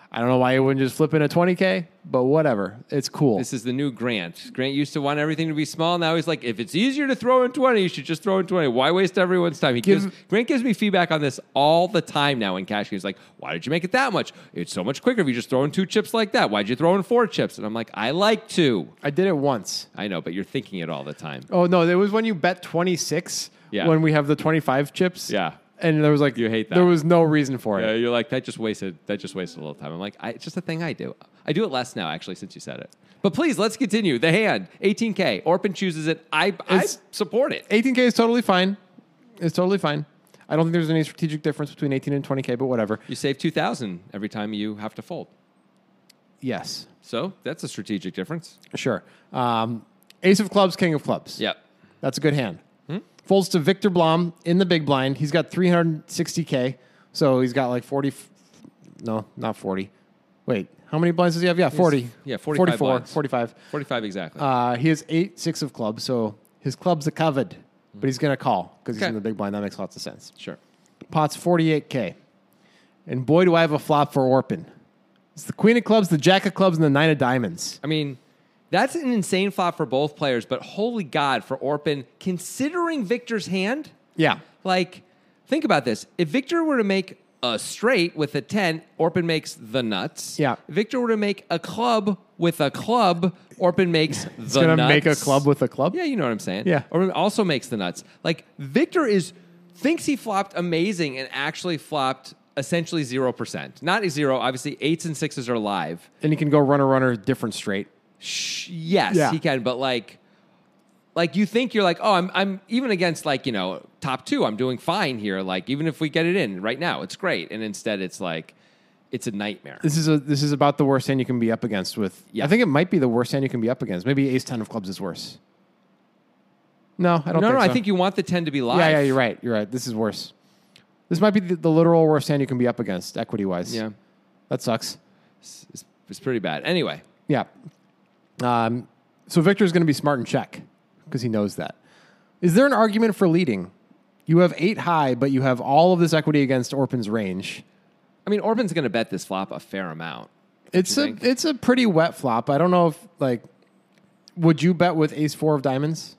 I don't know why he wouldn't just flip into 20K, but whatever. It's cool.
This is the new Grant. Grant used to want everything to be small. Now he's like, if it's easier to throw in 20, you should just throw in 20. Why waste everyone's time? He
Give-
gives Grant gives me feedback on this all the time now in cash. He's like, why did you make it that much? It's so much quicker if you just throw in two chips like that. Why'd you throw in four chips? And I'm like, I like to.
I did it once.
I know, but you're thinking it all the time.
Oh, no, it was when you bet 26
Yeah.
when we have the 25 chips.
Yeah.
And there was like,
You hate that.
There was no reason for it.
Yeah, you're like that. Just wasted. That just wasted a little time. I'm like, I, it's just a thing I do. I do it less now, actually, since you said it. But please, let's continue. The hand, 18k. Orpin chooses it. I, I
It's-
support it.
18K is totally fine. It's totally fine. I don't think there's any strategic difference between 18 and 20K, but whatever.
You save 2,000 every time you have to fold.
Yes,
So that's a strategic difference.
sure. Um, Ace of clubs, king of clubs.
Yep.
That's a good hand.
Hmm?
Folds to Victor Blom in the big blind. He's got 360K. So he's got like 40. f- No, not 40. Wait, how many blinds does he have? Yeah, 40.
yeah, 45
44,
blinds.
45.
45 exactly.
Uh, he has eight, six of clubs. So his clubs are covered, but he's going to call because he's
Hmm. Okay.
in the big blind. That makes lots of sense.
sure.
Pot's 48K. And boy, do I have a flop for Orpin. It's the Queen of Clubs, the Jack of Clubs, and the Nine of Diamonds.
I mean, that's an insane flop for both players, but holy God, for Orpin, considering Victor's hand,
Yeah.
like, think about this. If Victor were to make a straight with a 10, Orpin makes the nuts.
Yeah.
If Victor were to make a club with a club, Orpin makes the
It's going to
nuts.
make a club with a club?
Yeah, you know what I'm saying.
Yeah.
Or also makes the nuts. Like Victor is thinks he flopped amazing and actually flopped essentially zero percent. Not a zero, obviously eights and sixes are live.
And he can go runner, runner, different straight.
Sh- yes,
Yeah.
he can, but like like you think you're like, oh, I'm I'm even against like, you know, top two, I'm doing fine here. Like, even if we get it in right now, it's great. And instead it's like it's a nightmare.
This is a this is about the worst hand you can be up against with.
Yeah.
I think it might be the worst hand you can be up against. Maybe Ace Ten of Clubs is worse. No, I don't.
No, no,
think
I
so.
think you want the ten to be live.
Yeah, yeah, you're right. You're right. This is worse. This might be the, the literal worst hand you can be up against equity wise.
Yeah.
that sucks.
It's- it's- it's pretty bad. Anyway.
Yeah. Um, so Victor's going to be smart and check because he knows that. Is there an argument for leading? You have eight high, but you have all of this equity against Orpin's range.
I mean, Orpin's going to bet this flop a fair amount.
It's
you
a
think?
it's a pretty wet flop. I don't know if like would you bet with Ace Four of Diamonds?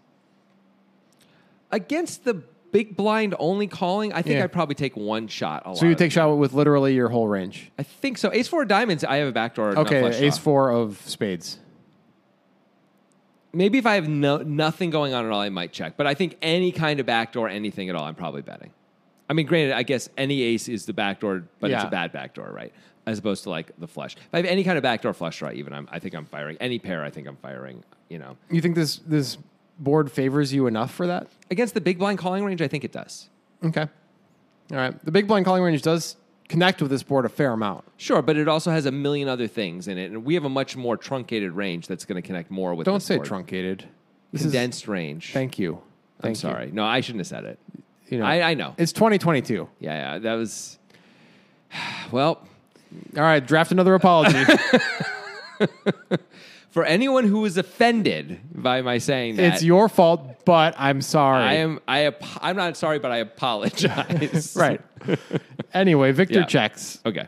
Against the big blind only calling, I think
Yeah.
I'd probably take one shot. A lot
So you
of-
take shot with literally your whole range.
I think so. Ace four of diamonds. I have a backdoor. not
Okay,
flush
Ace
draw.
Four of Spades.
Maybe if I have no, nothing going on at all, I might check. But I think any kind of backdoor, anything at all, I'm probably betting. I mean, granted, I guess any ace is the backdoor, but it's a
Yeah.
bad backdoor, right? As opposed to like the flush. If I have any kind of backdoor flush draw, even I'm, I think I'm firing any pair. I think I'm firing. You know,
You think this this board favors you enough for that?
against the big blind calling range, I think it does.
Okay, all right. The big blind calling range does connect with this board a fair amount.
Sure, but it also has a million other things in it, and we have a much more truncated range that's going to connect more with.
Don't
this
say
board.
truncated. This is-
condensed range.
thank you.
I'm
Thank you.
sorry. No, I shouldn't have said it.
You know,
I, I know.
it's 2022.
yeah, yeah, that was. Well,
All right, draft another apology.
For anyone who was offended by my saying that,
it's your fault, but I'm sorry.
I am. I. Ap- I'm not sorry, but I apologize.
right. anyway, Victor
Yeah.
checks.
Okay.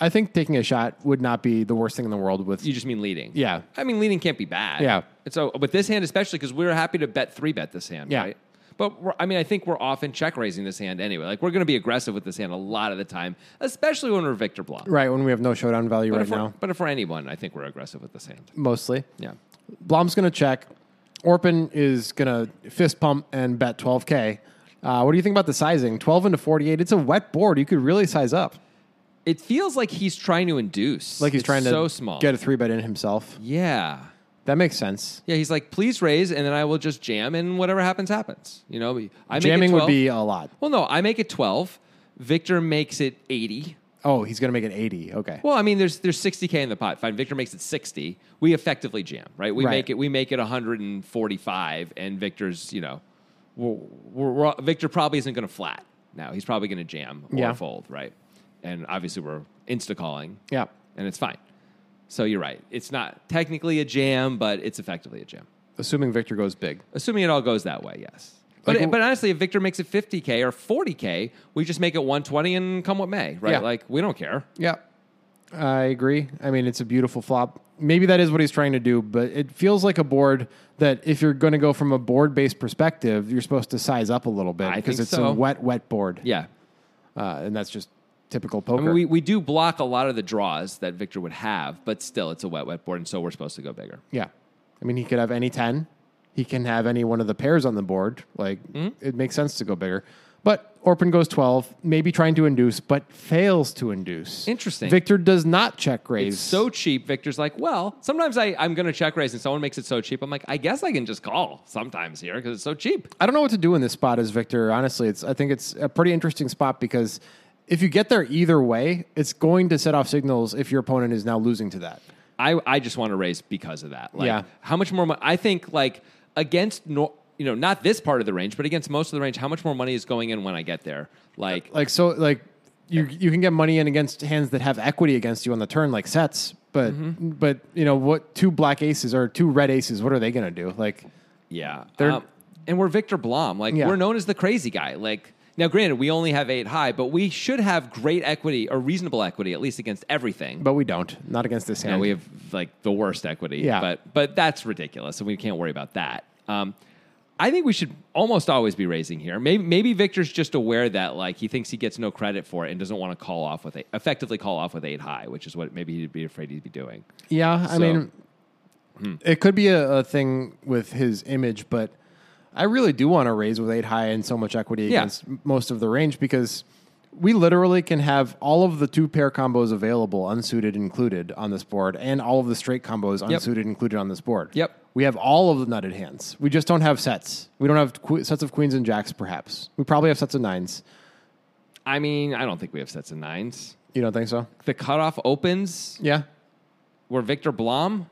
I think taking a shot would not be the worst thing in the world with
You just mean leading.
Yeah.
I mean, leading can't be bad.
Yeah.
And so with this hand, especially because we were happy to bet three bet this hand.
Yeah.
Right? But we're, I mean, I think we're often check raising this hand anyway. Like we're going to be aggressive with this hand a lot of the time, especially when we're Victor block.
right when we have no showdown value
But,
right
if we're-
now.
but if we're anyone, I think we're aggressive with this hand.
Mostly,
Yeah.
Blom's going to check. Orpin is going to fist pump and bet 12k. Uh, what do you think about the sizing? 12 into 48. It's a wet board. You could really size up.
It feels like he's trying to induce.
Like he's
It's
trying to
so small.
get a three bet in himself.
yeah.
That makes sense.
Yeah, he's like, please raise, and then I will just jam, and whatever happens, happens. You know, I make it
Jamming would
12.
be a lot.
Well, no, I make it twelve. Victor makes it eighty.
Oh, he's going to make it 80. Okay.
Well, I mean, there's there's sixty k in the pot. Fine, Victor makes it sixty. We effectively jam, right? We
Right.
make it we make it one hundred and forty five, and Victor's you know, we're, we're, we're, Victor probably isn't going to flat now. He's probably going to jam or
Yeah.
fold, right? And obviously, we're insta calling,
yeah.
and it's fine. So you're right. It's not technically a jam, but it's effectively a jam.
Assuming Victor goes big.
Assuming it all goes that way, yes. But,
Like-
but honestly, if Victor makes it 50K or 40K, we just make it 120 and come what may, right?
Yeah.
Like, we don't care.
Yeah. I agree. I mean, it's a beautiful flop. Maybe that is what he's trying to do, but it feels like a board that if you're going to go from a board based perspective, you're supposed to size up a little bit
I
because
think
it's
so.
a wet, wet board.
Yeah.
Uh, and that's just typical poker.
I mean, we, we do block a lot of the draws that Victor would have, but still, it's a wet, wet board, and so we're supposed to go bigger.
yeah. I mean, he could have any 10, he can have any one of the pairs on the board. Like,
Hmm?
it makes sense to go bigger. But Orpin goes 12, maybe trying to induce, but fails to induce.
Interesting.
Victor does not check raise.
It's so cheap. Victor's like, well, sometimes I, I'm going to check raise, and someone makes it so cheap. I'm like, I guess I can just call sometimes here because it's so cheap.
I don't know what to do in this spot as Victor. Honestly, it's I think it's a pretty interesting spot because if you get there either way, it's going to set off signals if your opponent is now losing to that.
I, I just want to raise because of that. Like,
Yeah.
How much more money? I think like against no, you know not this part of the range, but against most of the range, how much more money is going in when I get there? Like
Like so like you you can get money in against hands that have equity against you on the turn like sets, but
Mm-hmm.
but you know what two black aces or two red aces, what are they going to do? Like
yeah,
They're-
Um, and we're Victor Blom. Like
Yeah.
we're known as the crazy guy. Like now, granted, we only have eight high, but we should have great equity or reasonable equity at least against everything.
but we don't. Not against this hand.
No, we have like the worst equity.
Yeah.
But but that's ridiculous, and we can't worry about that. Um, I think we should almost always be raising here. Maybe maybe Victor's just aware that like he thinks he gets no credit for it and doesn't want to call off with eight, effectively call off with eight high, which is what maybe he'd be afraid he'd be doing.
Yeah,
So-
I
hmm.
mean, it could be a, a thing with his image, but I really do want to raise with eight high and so much equity
Yeah.
against m- most of the range because we literally can have all of the two pair combos available, unsuited included, on this board, and all of the straight combos, unsuited included, on this board.
Yep.
We have all of the nutted hands. We just don't have sets. We don't have que- sets of queens and jacks, perhaps. We probably have sets of nines.
I mean, I don't think we have sets of nines.
You don't think so?
The cutoff opens.
Yeah.
We're Victor Blom.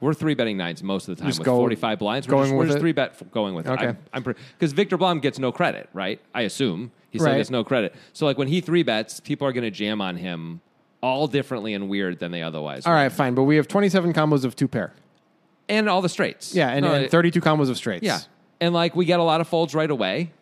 We're three betting nines most of the time
Just
with
go-
45 blinds. We're
going
just, we're
with
just
it?
three bet f- going with
Okay.
it. I'm, I'm because Victor Blom gets no credit, right? I assume he still
Right.
gets no credit. So like when he three bets, people are going to jam on him all differently and weird than they otherwise.
All
would.
right, fine. But we have 27 combos of two pair.
And all the straights.
Yeah, and,
No,
and
it-
32 combos of straights.
Yeah, and like we get a lot of folds right away.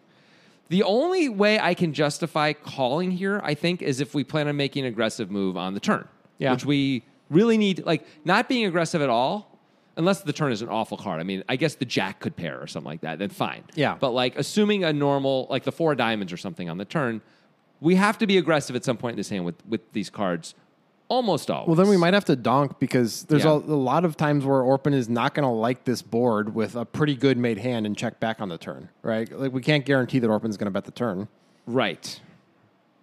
The only way I can justify calling here, I think, is if we plan on making an aggressive move on the turn.
Yeah.
Which we really need, like, not being aggressive at all, unless the turn is an awful card. I mean, I guess the jack could pair or something like that, then fine.
Yeah.
But, like, assuming a normal, like the four of diamonds or something on the turn, we have to be aggressive at some point in this hand with, with these cards almost always.
Well, then we might have to donk because there's
Yeah.
a, a lot of times where Orpin is not going to like this board with a pretty good made hand and check back on the turn, right? Like, we can't guarantee that Orpin's going to bet the turn.
Right.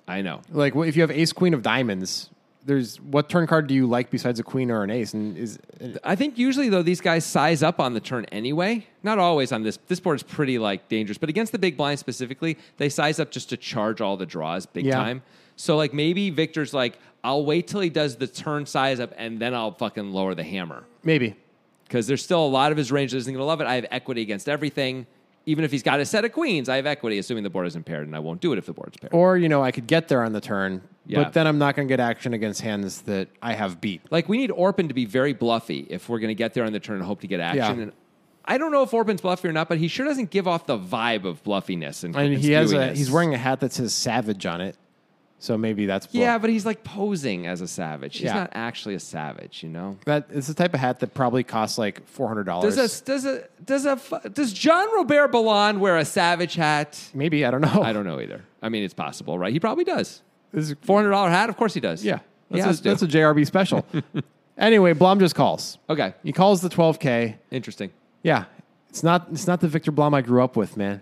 I know.
Like, wh- if you have ace queen of diamonds, there's what turn card do you like besides a queen or an ace? And is
I think usually though these guys size up on the turn anyway. Not always on this. This board is pretty like dangerous, but against the big blind specifically, they size up just to charge all the draws big
Yeah.
time. So like maybe Victor's like, I'll wait till he does the turn size up and then I'll fucking lower the hammer
maybe
because there's still a lot of his range that isn't going to love it. I have equity against everything. even if he's got a set of queens, I have equity, assuming the board is impaired, and I won't do it if the board's paired.
Or, you know, I could get there on the turn,
Yeah.
but then I'm not going to get action against hands that I have beat.
Like we need Orpin to be very bluffy if we're going to get there on the turn and hope to get action.
Yeah.
And I don't know if Orpin's bluffy or not, but he sure doesn't give off the vibe of bluffiness and,
And he has a,
conspicuousness.
he's wearing a hat that says savage on it. So maybe that's
yeah, but he's like posing as a savage. He's
Yeah.
not actually a savage, you know.
That it's the type of hat that probably costs like $400.
Does a does a does a fu- does John Robert Ballon wear a savage hat?
maybe, I don't know.
I don't know either. I mean, it's possible, right? He probably does.
This is-
Four hundred dollar hat, of course he does.
yeah.
He
That's,
has
a,
to.
that's a JRB special. anyway, Blom just calls.
okay.
He calls the 12K.
Interesting.
Yeah. It's not it's not the Victor Blom I grew up with, man.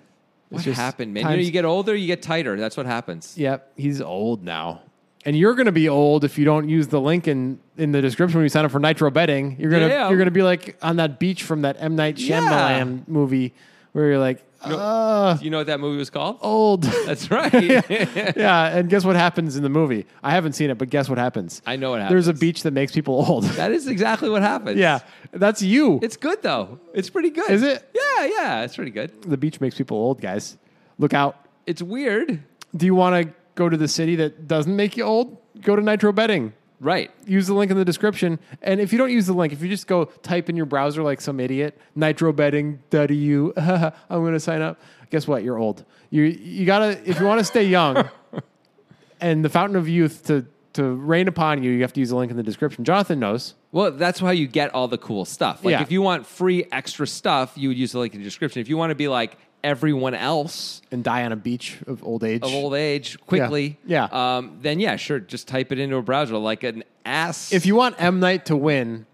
What
It's just
happened, man? you know,
times-
you get older, you get tighter. That's what happens.
Yep, he's old now. And you're going to be old if you don't use the link in, in the description when you sign up for Nitro Betting. You're gonna
Yeah.
you're gonna be like on that beach from that M Night
Yeah.
Shyamalan movie where you're like, uh,
Do you know what that movie was called?
old.
That's right.
yeah, and guess what happens in the movie? I haven't seen it, but guess what happens?
I know what happens.
There's a beach that makes people old.
that is exactly what happens.
yeah, that's you.
It's good though. It's pretty good.
Is it?
Yeah, yeah. It's pretty good.
the beach makes people old, guys. Look out.
It's weird.
Do you want to go to the city that doesn't make you old? Go to Nitro Betting.
Right.
use the link in the description. And if you don't use the link, if you just go type in your browser like some idiot, nitrobetting.eu, I'm going to sign up. Guess what? You're old. You you got to if you want to stay young and the fountain of youth to to rain upon you, you have to use the link in the description. Jonathan knows.
Well, that's how you get all the cool stuff. Like
Yeah.
if you want free extra stuff, you would use the link in the description. If you want to be like everyone else
And die on a beach of old age.
of old age quickly,
Yeah.
Um, then yeah, sure, just type it into a browser like an ass.
if you want M Night to win,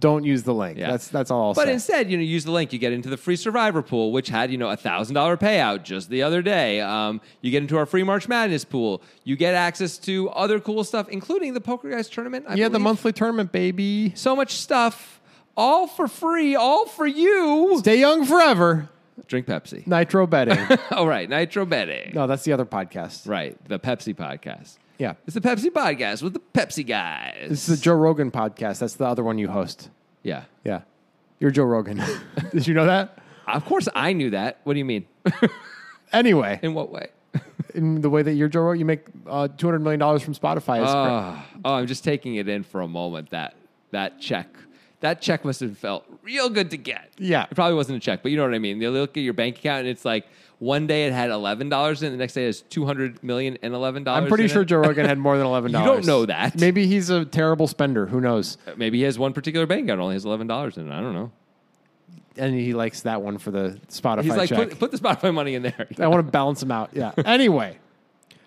don't use the link.
Yeah.
That's that's all I'll
but
say.
instead, you know, use the link. You get into the free survivor pool, which had you know a thousand dollar payout just the other day. Um, you get into our free March Madness pool. You get access to other cool stuff, including the Poker Guys tournament. I
yeah, the
believe.
monthly tournament, baby.
So much stuff, all for free, all for you.
Stay young forever.
Drink Pepsi.
Nitro betting.
all right, Nitro Betting.
no, that's the other podcast.
Right, the Pepsi podcast.
Yeah.
It's the Pepsi podcast with the Pepsi guys.
This is the Joe Rogan podcast. That's the other one you host.
yeah.
Yeah. You're Joe Rogan. Did you know that?
Of course, I knew that. What do you mean?
Anyway,
In what way?
in the way that you're Joe Rogan, you make uh, $200 million from Spotify. It's great.
Ah, oh, I'm just taking it in for a moment. That that check, that check must have felt real good to get.
Yeah.
it probably wasn't a check, but you know what I mean. They look at your bank account and it's like one day it had eleven dollars in, it, the next day it has two hundred million and eleven dollars.
I'm pretty
in
sure
it.
Joe Rogan had more than $11.
You don't know that.
Maybe he's a terrible spender. Who knows?
maybe he has one particular bank account only has eleven dollars in it. I don't know.
And he likes that one for the Spotify
He's like,
check.
put, put the Spotify money in there.
I want to balance him out. Yeah. anyway,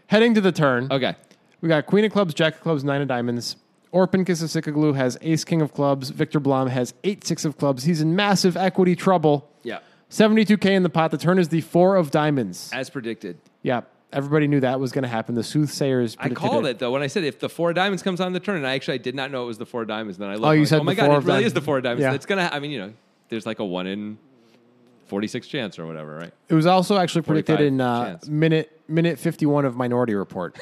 heading to the turn.
Okay,
We got Queen of Clubs, Jack of Clubs, Nine of Diamonds. Orpin Kisasika Glue has Ace King of Clubs. Victor Blom has Eight Six of Clubs. He's in massive equity trouble.
yeah,
72K in the pot. The turn is the Four of Diamonds.
as predicted.
Yeah, everybody knew that was going to happen. The soothsayers
I
predicted
called it though when I said if the four of diamonds comes on the turn, and I actually I did not know it was the four of diamonds. Then I looked.
you
like,
said
oh my
the
god,
four
it
of
really
diamonds.
is the four of diamonds.
Yeah.
It's gonna. I mean, you know, there's like a one in forty six chance or whatever, right?
It was also actually predicted
45
in uh,
chance.
minute minute 51 of Minority Report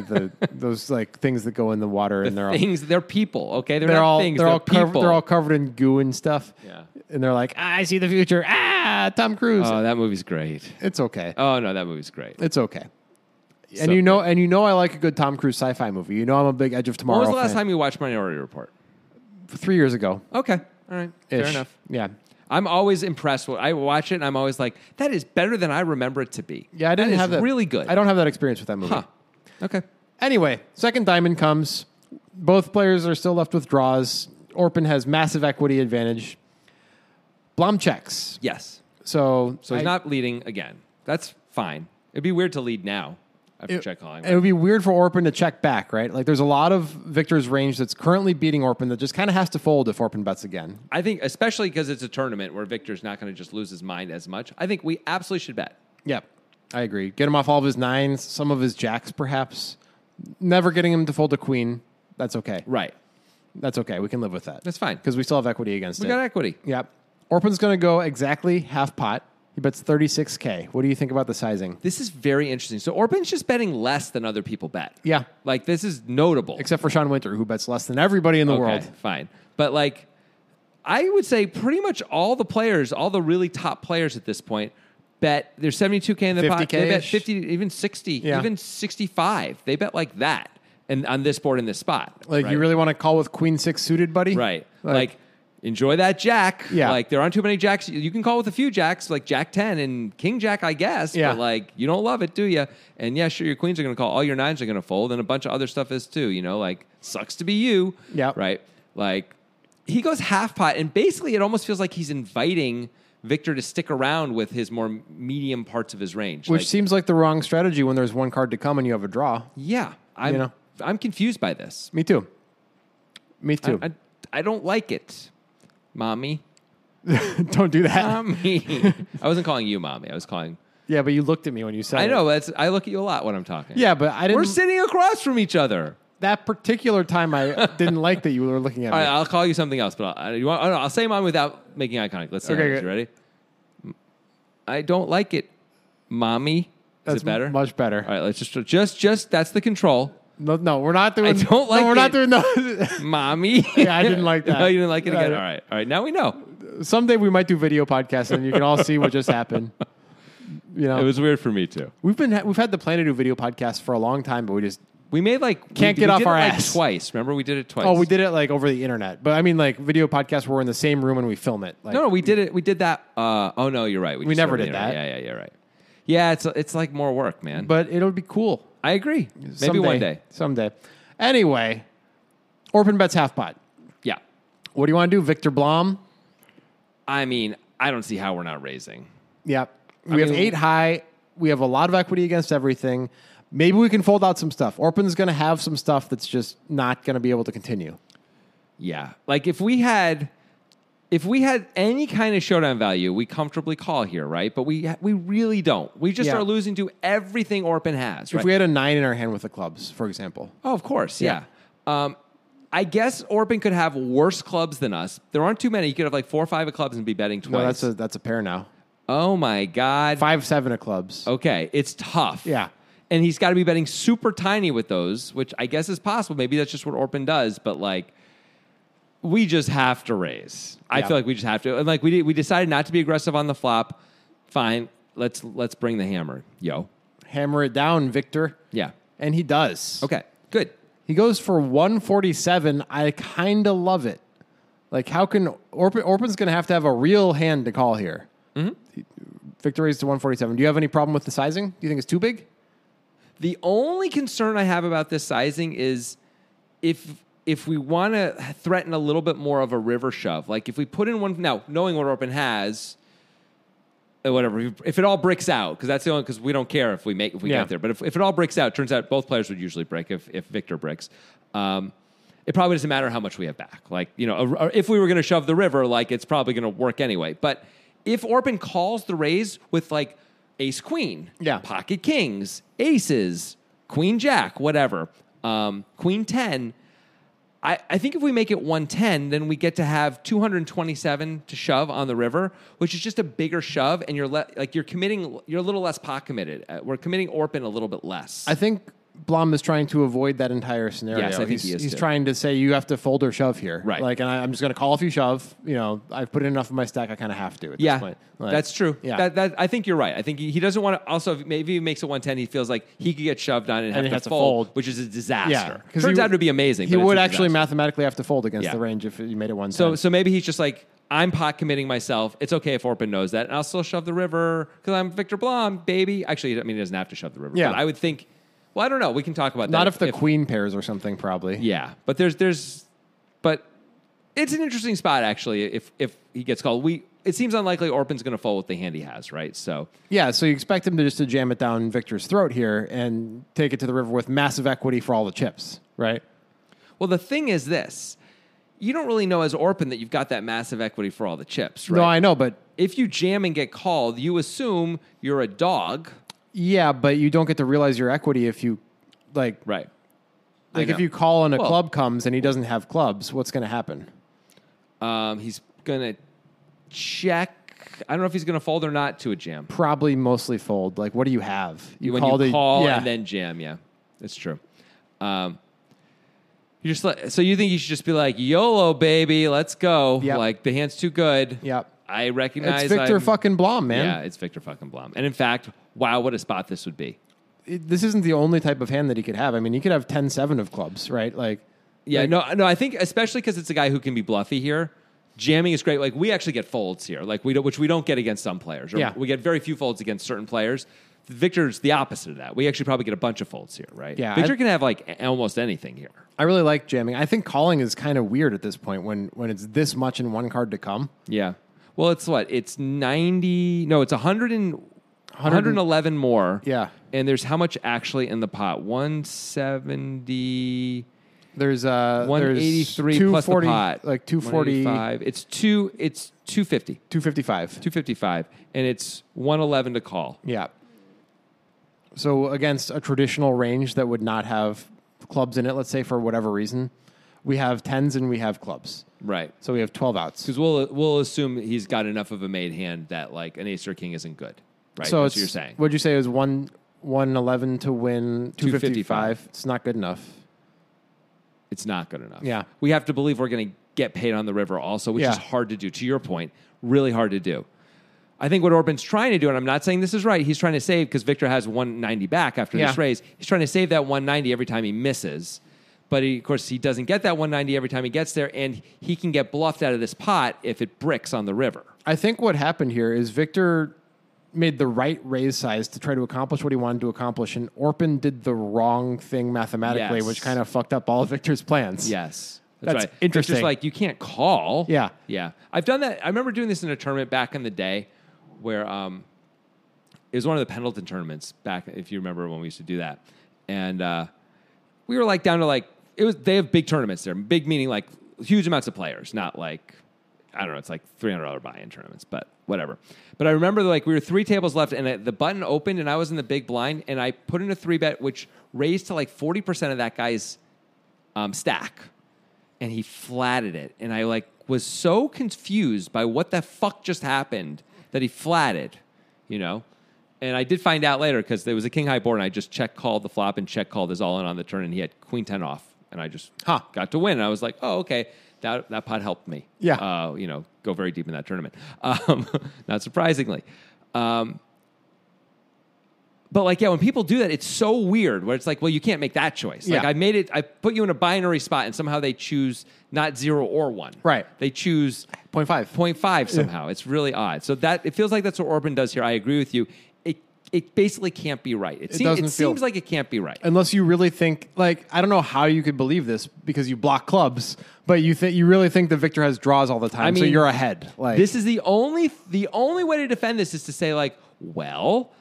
the those like things that go in the water and they're all
things they're people. Okay, they're,
they're
not
all
things.
they're all covered,
people.
they're all covered in goo and stuff.
Yeah.
And they're like, "Ah, "I see the future." Ah, Tom Cruise.
oh, that movie's great.
it's okay.
Oh no, that movie's great.
It's okay.
So
And you know, and you know, I like a good Tom Cruise sci-fi movie. You know, I'm a big Edge of Tomorrow.
When was the last
fan.
time you watched Minority Report?
Three years ago.
Okay, all right, fair
Ish.
enough.
Yeah.
I'm always impressed when I watch it, and I'm always like, "That is better than I remember it to be."
Yeah, I didn't
is
have that.
Really good.
I don't have that experience with that movie.
Huh. Okay.
Anyway, second diamond comes. Both players are still left with draws. Orpin has massive equity advantage. Blom checks.
Yes.
So,
So he's
I-
not leading again. That's fine. It'd be weird to lead now after
It,
check calling.
it would be weird for Orpin to check back, right? Like, there's a lot of Victor's range that's currently beating Orpin that just kind of has to fold if Orpin bets again.
I think, especially because it's a tournament where Victor's not going to just lose his mind as much. I think we absolutely should bet.
Yep, I agree. Get him off all of his nines, some of his jacks, perhaps. Never getting him to fold a queen. That's okay.
Right.
That's okay. We can live with that.
That's fine.
Because we still have equity against
We
it.
got equity.
Yep. Orpin's going to go exactly half pot. He bets 36K. What do you think about the sizing?
This is very interesting. So Orban's just betting less than other people bet.
Yeah.
Like this is notable.
Except for Sean Winter, who bets less than everybody in the
Okay,
world.
Fine. But like I would say pretty much all the players, all the really top players at this point bet there's 72k in the pot. They bet
50K-ish?
50, even 60,
Yeah.
even 65. They bet like that, and on this board in this spot.
Like,
right?
you really want to call with queen six suited, buddy?
Right. Like,
Like-
enjoy that jack.
Yeah.
Like there aren't too many jacks. You can call with a few jacks, like jack 10 and king jack, I guess.
Yeah.
But like you don't love it, do you? And yeah, sure, your queens are going to call. All your nines are going to fold. And a bunch of other stuff is too. You know, like sucks to be you.
Yep.
Right. Like he goes half pot. And basically, it almost feels like he's inviting Victor to stick around with his more medium parts of his range.
Which
Like,
seems like the wrong strategy when there's one card to come and you have a draw.
yeah. I'm,
you know.
I'm confused by this.
Me too. Me too.
I, I don't like it, mommy.
Don't do that.
um, mommy. I wasn't calling you mommy. I was calling.
yeah, but you looked at me when you said
I
it.
know that's. I look at you a lot when I'm talking.
Yeah, but I didn't.
we're sitting across from each other.
that particular time, I didn't like that you were looking at
All
me.
right, uh, I'll call you something else, but I'll, you want, I'll say mine without making eye contact. Let's see. how
Okay,
it is.
good.
You ready? I don't like it, mommy. Is
That's
it better?
Much better.
All right, let's just just just that's the control,
No, no, we're not doing.
I don't like
No, we're not
it.
doing those.
mommy.
Yeah, I didn't like that.
no, you didn't like it
No, I
again. All
didn't.
right, all right. Now we know.
Someday we might do video podcasts, and you can all see what just happened. You know,
It was weird for me too.
we've been we've had the plan to do video podcasts for a long time, but we just
We made like we
Can't
did-
get
we
off
did it,
our
like,
ass.
twice. Remember, we did it twice.
oh we did it like over the internet. But I mean, like video podcasts, where we're in the same room and we film it. Like,
No, no, we did it. We did that. Uh, oh no, you're right.
We
just
never
did it.
did that.
Yeah, yeah, yeah, right. Yeah, it's it's like more work, man. But
but it'll be cool.
I agree. Maybe
Someday,
one day.
someday. Anyway, Orpin bets half pot.
Yeah.
What do you want to do, Victor Blom?
I mean, I don't see how we're not raising.
Yep. We
I
have
mean-
eight high. We have a lot of equity against everything. Maybe we can fold out some stuff. Orpin's going to have some stuff that's just not going to be able to continue.
Yeah. Like if we had if we had any kind of showdown value, we comfortably call here, right? But we we really don't. We just
Yeah.
are losing to everything Orpin has, right?
If we had a nine in our hand with the clubs, for example,
Oh, of course, yeah. Um, I guess Orpin could have worse clubs than us. There aren't too many. You could have like four or five of clubs and be betting twice.
no, that's a that's a pair now.
oh my god.
Five seven of clubs.
Okay, it's tough.
Yeah.
And he's got to be betting super tiny with those, which I guess is possible. Maybe that's just what Orpin does, but like we just have to raise. I
Yeah.
feel like we just have to. And like we did, we decided not to be aggressive on the flop. Fine. Let's let's bring the hammer. Yo.
Hammer it down, Victor.
Yeah.
And he does.
Okay. Good.
He goes for 147. I kind of love it. Like, how can Orpin, Orpin's going to have to have a real hand to call here? Mm-hmm. Victor raised to 147. Do you have any problem with the sizing? Do you think it's too big?
The only concern I have about this sizing is if if we want to threaten a little bit more of a river shove, like if we put in one now, knowing what Orpin has, uh, whatever. If, if it all bricks out, because that's the only because we don't care if we make if we
Yeah.
get there. But if, if it all bricks out, turns out both players would usually break if if Victor bricks. Um, it probably doesn't matter how much we have back. Like you know, or if we were going to shove the river, like it's probably going to work anyway. But if Orpin calls the raise with like ace queen,
Yeah.
pocket kings, aces, queen jack, whatever, um, queen ten. I, I think if we make it 110, then we get to have 227 to shove on the river, which is just a bigger shove, and you're le- like you're committing, you're a little less pot committed. Uh, we're committing Orpin a little bit less.
I think Blom is trying to avoid that entire scenario.
Yes, I think
he's,
he is,
He's
too.
trying to say you have to fold or shove here,
Right.
Like, and I, I'm just going to call if you shove. You know, I've put in enough of my stack. I kind of have to. At
yeah,
this point. Like,
that's true.
Yeah,
that, that, I think you're right. I think he, he doesn't want to. Also, if- maybe he makes it 110. He feels like he could get shoved on and, have
he
to
has to
fold,
fold.
which is a
yeah.
disaster.
'Cause
Turns
he-
out it would be amazing.
He
but it's
would
a
actually
disaster.
mathematically have to fold against
Yeah.
the range if you made it one.
So so maybe he's just like I'm pot committing myself. It's okay if Orpin knows that, and I'll still shove the river because I'm Victor Blom, baby. Actually, I mean, he doesn't have to shove the river.
Yeah.
but I would think. Well, I don't know. We can talk about that.
not if the queen pairs or something, probably.
Yeah, but there's there's, but it's an interesting spot actually. If if he gets called, we it seems unlikely Orpin's going to fold with the hand he has, right? So
Yeah, so you expect him to just to jam it down Victor's throat here and take it to the river with massive equity for all the chips, right?
well, the thing is this. You don't really know as Orpin that you've got that massive equity for all the chips, right?
No, I know, but
if you jam and get called, you assume you're a dog,
yeah, but you don't get to realize your equity if you like
right? I
like
know.
if you call and a
Well-
club comes and he doesn't have clubs, what's going to happen?
Um, he's gonna check. I don't know if he's gonna fold or not to a jam.
Probably mostly fold. Like what do you have?
when
called
you
a-
call and then jam, yeah, that's true. Um, you just let, so you think you should just be like YOLO, baby, let's go.
Yep.
Like the hand's too good.
Yep.
I
It's
recognize
Victor
I'm-
fucking Blom,
Yeah,
man.
it's Victor fucking Blom. And in fact, wow, what a spot this would be.
It- this isn't the only type of hand that he could have. I mean, he could have 10-7 of clubs, right? Like,
Yeah, no, no. I think especially because it's a guy who can be bluffy here. Jamming is great. Like we actually get folds here, like we don't, which we don't get against some players. Or
Yeah.
we get very few folds against certain players. Victor's the opposite of that. We actually probably get a bunch of folds here, right?
Yeah,
Victor
I-
can have like a- almost anything here.
I really like jamming. I think calling is kind of weird at this point when when it's this much in one card to come.
Yeah. Well, it's what? It's 90. No, it's 100 and, 111 more.
Yeah.
And there's how much actually in the pot? 170.
There's uh
One eighty three plus the pot,
like 240
185. It's two. It's two fifty.
255.
255 and it's 111 to call
Yeah. So against a traditional range that would not have clubs in it, let's say for whatever reason, we have tens and we have clubs.
right
So we have 12 outs.
because we'll we'll assume he's got enough of a made hand that like an ace or king isn't good right
So
that's what
it's-
you're saying
What'd you say is one 111 to win 255? It's not good enough.
it's not good enough
Yeah.
we have to believe we're going to get paid on the river also which
Yeah.
is hard to do to your point really hard to do I think what Orban's trying to do, and I'm not saying this is right, he's trying to save because Victor has 190 back after this
Yeah.
raise. He's trying to save that 190 every time he misses. But he, of course, he doesn't get that 190 every time he gets there, and he can get bluffed out of this pot if it bricks on the river.
I think what happened here is Victor made the right raise size to try to accomplish what he wanted to accomplish, and Orpin did the wrong thing mathematically,
Yes.
which kind of fucked up all of Victor's plans.
Yes.
That's
right.
interesting.
It's just like you can't call.
Yeah.
Yeah. I've done that. I remember doing this in a tournament back in the day where um, it was one of the Pendleton tournaments back, if you remember when we used to do that. And uh, we were like down to like, it was, they have big tournaments there, big meaning like huge amounts of players, not like, I don't know, it's like $300 buy in tournaments, but whatever. But I remember like we were three tables left and uh, the button opened and I was in the big blind and I put in a three bet, which raised to like 40% of that guy's um, stack and he flatted it and i like was so confused by what the fuck just happened that he flatted you know and i did find out later because there was a king high board and i just check called the flop and check called his all in on the turn and he had queen 10 off and i just
Huh.
got to win and i was like oh okay that, that pot helped me
Yeah.
uh, you know go very deep in that tournament um, not surprisingly um, but like, yeah, when people do that, it's so weird where it's like, well, you can't make that choice. Like
Yeah.
I made it, I put you in a binary spot and somehow they choose not zero or one.
Right.
They choose
Point five.
0.5 somehow. It's really odd. So that, it feels like that's what Orban does here. I agree with you. It, it basically can't be right. It, seem-
doesn't
it
feel-
seems like it can't be right.
Unless you really think, like, I don't know how you could believe this because you block clubs, but you think you really think that Victor has draws all the time, so
mean,
you're ahead. Like
This is the only the only way to defend this is to say like, well,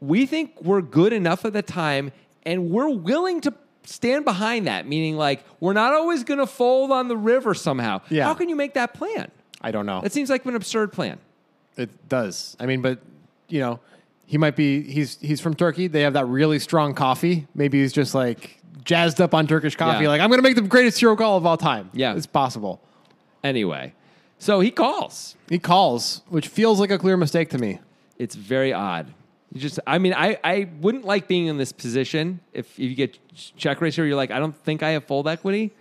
we think we're good enough at the time, and we're willing to stand behind that. Meaning like we're not always going to fold on the river somehow.
Yeah.
How can you make that plan?
I don't know.
That seems like an absurd plan.
It does. I mean, but you know, he might be. He's he's from Turkey. They have that really strong coffee. Maybe he's just like jazzed up on Turkish coffee.
Yeah.
Like I'm going to make the greatest hero call of all time.
Yeah.
it's possible.
Anyway, so he calls.
He calls, which feels like a clear mistake to me.
It's very odd. You just, I mean, I, I wouldn't like being in this position. If, if you get check raise here, you're like, I don't think I have fold equity,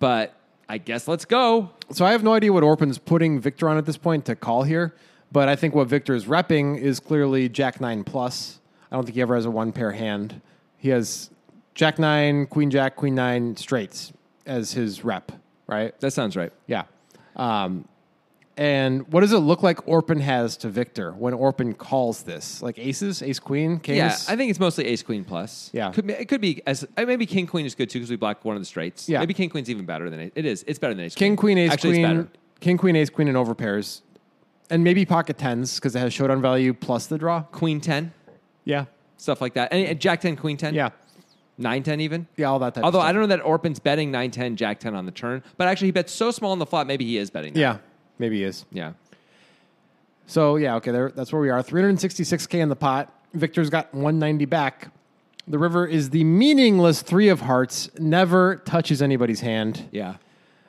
but I guess let's go.
So I have no idea what Orpin's putting Victor on at this point to call here, but I think what Victor is repping is clearly Jack Nine plus. I don't think he ever has a one pair hand. He has Jack Nine, Queen Jack, Queen Nine straights as his rep, right?
That sounds right.
Yeah. Um, and what does it look like Orpin has to Victor when Orpin calls this? Like aces, ace queen, kings?
Yeah, I think it's mostly ace queen plus.
Yeah.
could be, it could be as uh, maybe king queen is good too because we block one of the straights.
Yeah.
maybe king queen's even better than ace. it is. It's better than ace
king, queen, ace,
Actually, It's
queen,
better.
king, queen, ace, queen, and overpairs. And maybe pocket tens because it has showdown value plus the draw.
Queen ten
Yeah.
stuff like that, and, and jack ten, queen ten,
Yeah.
nine ten even.
Yeah, all that type
Although
of stuff.
I don't know that Orpin's betting nine ten, jack ten on the turn, but actually he bets so small on the flop, maybe he is betting. That.
Yeah, maybe he is.
yeah.
So yeah, okay, there, that's where we are. 366k in the pot. Victor's got 190 back. The river is the meaningless three of hearts. Never touches anybody's hand.
Yeah.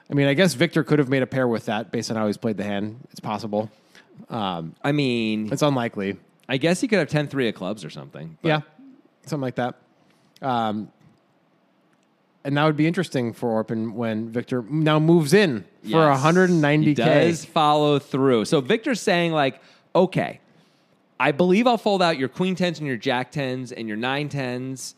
I mean, I guess Victor could have made a pair with that based on how he's played the hand. It's possible. Um,
I mean,
it's unlikely.
I guess he could have 10 three of clubs or something. but
yeah, something like that. Um, and that would be interesting for Orpin when Victor now moves in for
Yes.
190k.
He does follow through. So Victor's saying like, okay, I believe I'll fold out your queen tens and your jack tens and your nine tens,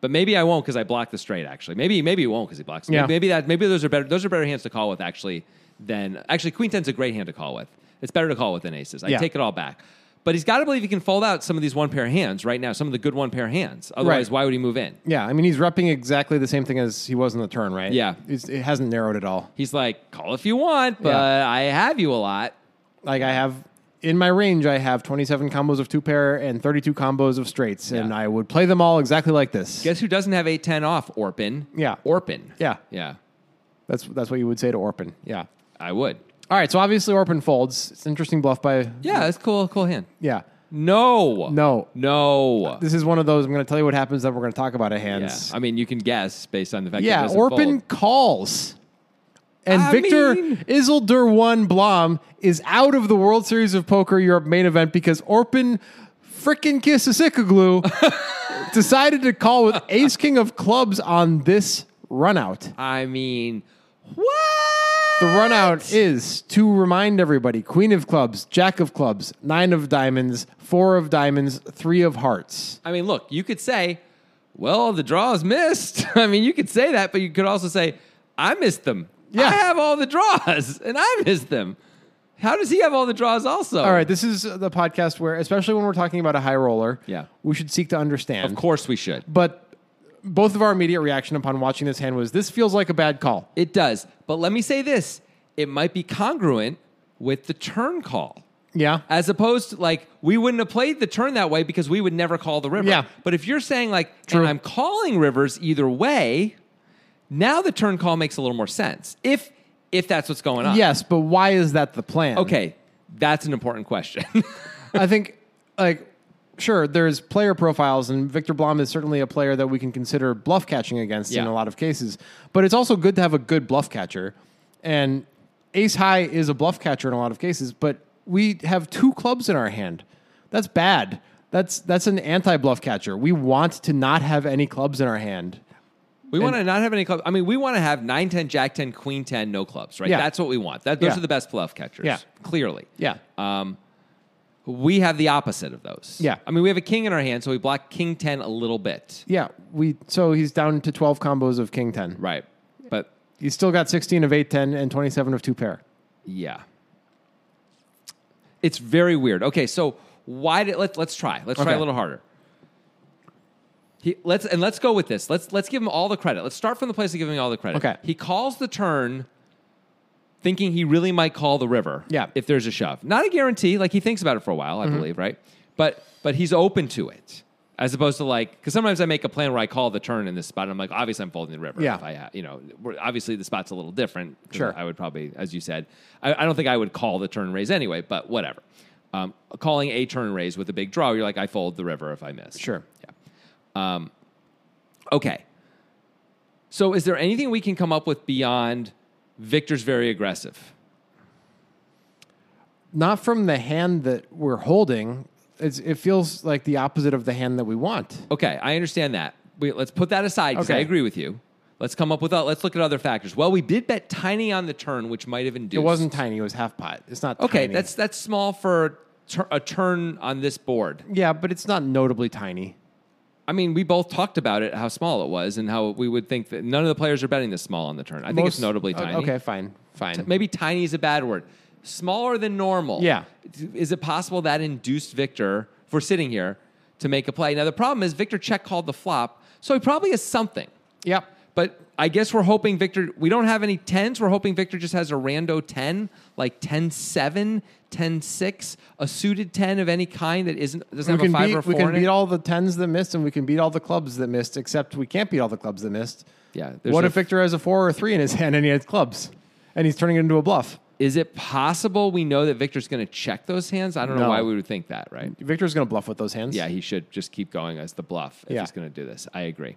but maybe I won't because I blocked the straight. Actually, maybe maybe he won't because he blocks.
Yeah.
Maybe that maybe those are better. Those are better hands to call with actually than actually queen ten's a great hand to call with. It's better to call with than aces. I
Yeah.
take it all back. But he's got to believe he can fold out some of these one pair hands right now. Some of the good one pair hands. Otherwise,
Right.
why would he move in?
Yeah, I mean he's repping exactly the same thing as he was in the turn, right?
Yeah.
it's, it hasn't narrowed at all.
He's like, call if you want, but
Yeah.
I have you a lot.
Like I have in my range, I have 27 combos of two pair and 32 combos of straights, and
Yeah.
I would play them all exactly like this.
Guess who doesn't have eight ten off? Orpin.
Yeah.
Orpin.
yeah,
Yeah.
that's that's what you would say to Orpin. Yeah.
I would.
All right, so obviously Orpin folds. It's an interesting bluff by
Yeah, that's cool. Cool hand.
yeah.
No.
No.
No.
This is one of those. I'm going to tell you what happens, then we're going to talk about it.
Yeah.
Hands.
I mean, you can guess based on the fact. that it
Yeah,
doesn't
Orpin
fold.
calls. And
I
Victor
mean-
Isildur one Blom is out of the World Series of Poker Europe main event because Orpin frickin' kiss a sickaglu decided to call with Ace King of Clubs on this run out.
I mean, what?
The run out is to remind everybody Queen of Clubs, Jack of Clubs, Nine of Diamonds, Four of Diamonds, Three of Hearts.
I mean, look, you could say, well, the draws missed. I mean, you could say that, but you could also say, I missed them.
Yeah.
I have all the draws, and I missed them. How does he have all the draws also?
All right, this is the podcast where, especially when we're talking about a high roller,
Yeah.
we should seek to understand.
Of course we should.
But both of our immediate reaction upon watching this hand was this feels like a bad call.
It does. But let me say this it might be congruent with the turn call.
Yeah.
As opposed to like we wouldn't have played the turn that way because we would never call the river.
Yeah.
But if you're saying like
True.
and I'm calling rivers either way, now the turn call makes a little more sense. If if that's what's going on.
Yes, but why is that the plan?
Okay. That's an important question.
I think like sure, there's player profiles and Victor Blom is certainly a player that we can consider bluff catching against in
Yeah.
a lot of cases. But it's also good to have a good bluff catcher. And ace high is a bluff catcher in a lot of cases, but we have two clubs in our hand. That's bad. That's that's an anti bluff catcher. We want to not have any clubs in our hand.
we want to not have any clubs. I mean, we want to have 9 10, Jack 10, Queen 10, no clubs, right?
Yeah.
That's what we want. That, those
Yeah.
are the best bluff catchers,
Yeah.
clearly. Um,
Yeah.
We have the opposite of those.
Yeah.
I mean, we have a king in our hand, so we block king 10 a little bit.
Yeah, we so he's down to 12 combos of king 10.
Right. But
He's still got 16 of 8 10 and 27 of 2 pair.
yeah. It's very weird. Okay, so why did let, let's try. Let's try
Okay.
a little harder. He, let's and let's go with this. Let's let's give him all the credit. Let's start from the place of giving all the credit.
Okay.
He calls the turn thinking he really might call the river.
Yeah. Mm-hmm.
If there's a shove. Not a guarantee. Like he thinks about it for a while, I believe, right? But but he's open to it. As opposed to like, because sometimes I make a plan where I call the turn in this spot. And I'm like, obviously I'm folding the river.
Yeah.
If I, ha- you know, we're- obviously the spot's a little different. 'cause
Sure.
I would probably, as you said, I, I don't think I would call the turn raise anyway. But whatever. Um, calling a turn raise with a big draw, you're like, I fold the river if I miss.
Sure.
Okay. So is there anything we can come up with beyond Victor's very aggressive?
Not from the hand that we're holding. It's, it feels like the opposite of the hand that we want.
Okay, I understand that. We, let's put that aside because I
Okay.
agree with you. Let's come up with uh, let's look at other factors. Well, we did bet tiny on the turn, which might have induced.
It wasn't tiny, it was half pot. It's not
okay.
tiny.
That's that's small for tur- a turn on this board.
Yeah, but it's not notably tiny.
I mean, we both talked about it, how small it was, and how we would think that none of the players are betting this small on the turn. I think it's
Most-
notably
o-
tiny.
Okay, fine. Fine.
maybe tiny is a bad word. Smaller than normal.
Yeah.
Is it possible that induced Victor, if we're sitting here, to make a play? Now, the problem is Victor check called the flop, so he probably has something.
Yep.
But I guess we're hoping Victor, we don't have any 10s. We're hoping Victor just has a rando 10, like 10 7, 10 6, a suited 10 of any kind that isn't, doesn't
We
have a
can,
5
beat,
or a 4.
we can
in it.
beat all the tens that missed, and we can beat all the clubs that missed, except we can't beat all the clubs that missed.
Yeah, there's
What
a-
if Victor has a four or a three in his hand and he has clubs? And he's turning it into a bluff.
Is it possible we know that Victor's going to check those hands? I don't know
No.
why we would think that, right?
Victor's going to bluff with those hands.
Yeah, he should just keep going as the bluff if
Yeah.
he's going to do this. I agree.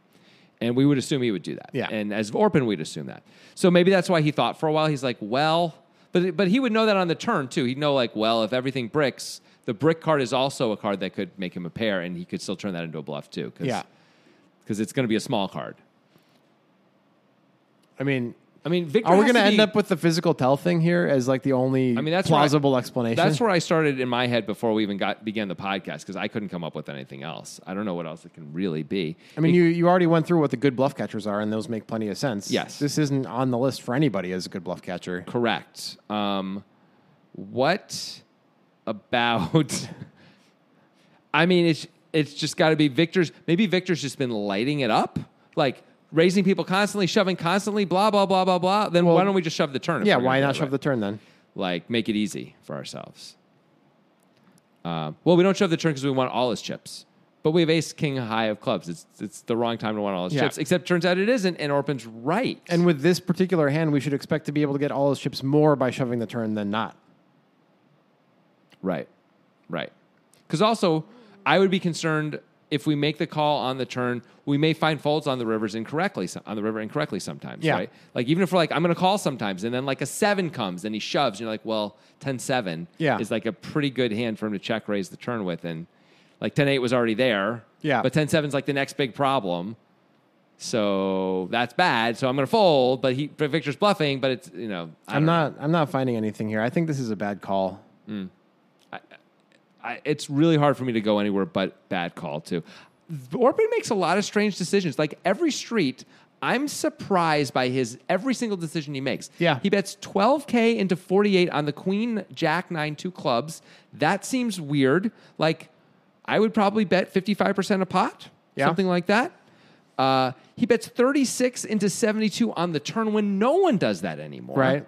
And we would assume he would do that.
Yeah.
And as Orpin, we'd assume that. So maybe that's why he thought for a while. He's like, well, but, but he would know that on the turn too. He'd know, like, well, if everything bricks, the brick card is also a card that could make him a pair, and he could still turn that into a bluff too. Cause,
Yeah.
Because it's going to be a small card.
I mean,
I mean, Victor.
are we
going to
end
be-
up with the physical tell thing here as like the only
I mean, that's where I-
plausible explanation?
That's where I started in my head before we even got began the podcast because I couldn't come up with anything else. I don't know what else it can really be.
I mean, you, you already went through what the good bluff catchers are, and those make plenty of sense.
Yes.
This isn't on the list for anybody as a good bluff catcher.
Correct. Um, what about? I mean, it's it's just got to be Victor's. Maybe Victor's just been lighting it up, like raising people constantly, shoving constantly, blah blah blah blah blah. Then why don't we just shove the turn? if
Yeah,
we're
why
gonna
not
do it?
shove the turn then?
like make it easy for ourselves. Um, well, we don't shove the turn because we want all his chips, but we have ace king high of clubs. It's it's the wrong time to want all his
Yeah.
chips. Except turns out it isn't, and Orpin's right.
And with this particular hand, we should expect to be able to get all his chips more by shoving the turn than not.
right, right. Because also, I would be concerned if we make the call on the turn, we may find folds on the rivers incorrectly some- on the river incorrectly sometimes.
Yeah.
Right. Like even if we're like I'm going to call sometimes, and then like a seven comes and he shoves, and you're like, well, 10-7
Yeah.
is like a pretty good hand for him to check raise the turn with, and like 10-8 was already there.
Yeah.
But 10 7's like the next big problem. So that's bad. So I'm going to fold, but he but Victor's bluffing, but it's, you know, I don't
I'm
know.
not I'm not finding anything here. I think this is a bad call.
I, it's really hard for me to go anywhere but bad call, too. Orban makes a lot of strange decisions. Like every street, I'm surprised by his every single decision he makes.
Yeah.
He bets 12K into 48 on the Queen, Jack, 9, 2 clubs. That seems weird. Like, I would probably bet 55% a pot,
Yeah.
something like that. Uh, he bets 36 into 72 on the turn when no one does that anymore.
Right.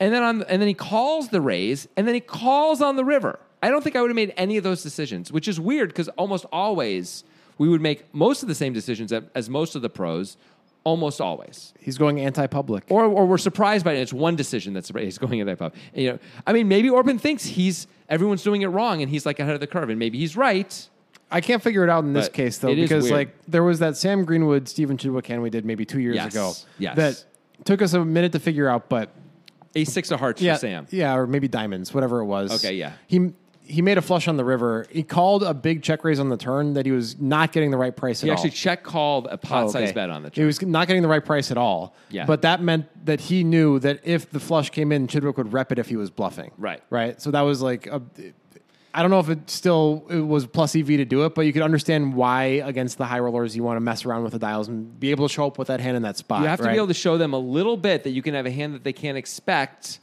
And then on and then he calls the raise and then he calls on the river. I don't think I would have made any of those decisions, which is weird because almost always we would make most of the same decisions a- as most of the pros, almost always.
He's going anti-public.
Or, or we're surprised by it. It's one decision that's he's going in that pub. And, you know, I mean, maybe Orban thinks he's everyone's doing it wrong and he's like ahead of the curve, and maybe he's right.
I can't figure it out in this
But
case though
it is
because
weird.
like there was that Sam Greenwood Stephen Chidwick we did maybe 2 years
Yes.
ago
Yes.
that took us a minute to figure out but
A six of hearts
yeah,
for Sam.
Yeah, or maybe diamonds, whatever it was.
Okay, yeah.
He he made a flush on the river. He called a big check raise on the turn that he was not getting the right price at
He
all.
actually check called a pot
Oh, okay.
size bet on the
He
turn.
was not getting the right price at all.
Yeah.
But that meant that he knew that if the flush came in, Chidwick would rep it if he was bluffing.
Right.
Right. So that was like a. I don't know if it still it was plus EV to do it, but you could understand why against the high rollers you want to mess around with the dials and be able to show up with that hand in that spot.
You have to
right?
be able to show them a little bit that you can have a hand that they can't expect,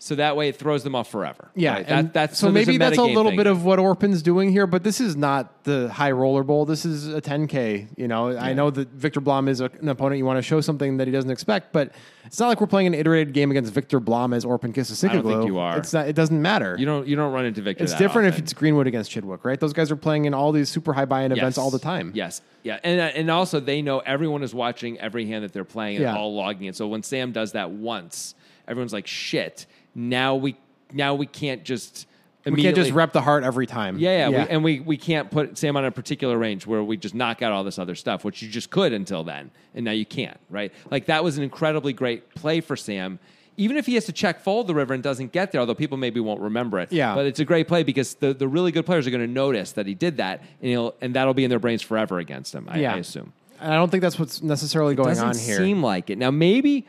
so that way it throws them off forever.
Yeah,
Right?
and
That, that's
so,
there's
maybe that's a
metagame
little
thing.
bit of what Orpin's doing here, but this is not the high roller bowl. This is a 10k. You know, I know that Victor Blom is a, an opponent you want to show something that he doesn't expect, but it's not like we're playing an iterated game against Victor Blom as Orpin kisses
I don't think
Sigurglou.
you are.
It's not. It doesn't matter.
you don't you don't run into Victor.
it's
that
different if
often.
it's Greenwood against Chidwick, right? Those guys are playing in all these super high buy-in events
Yes.
all the time.
Yes, yeah, and uh, and also they know everyone is watching every hand that they're playing and
Yeah.
all logging it. So when Sam does that once, everyone's like, "Shit!" Now we now we can't just
we can't just
immediately-
rep the heart every time.
Yeah, yeah. We, and we, we can't put Sam on a particular range where we just knock out all this other stuff, which you just could until then. And now you can't, right? Like that was an incredibly great play for Sam. Even if he has to check fold the river and doesn't get there, although people maybe won't remember it.
Yeah.
But it's a great play because the, the really good players are going to notice that he did that and he'll and that'll be in their brains forever against him, I,
yeah.
I assume.
And I don't think that's what's necessarily going
Doesn't
on here.
seem like it. Now maybe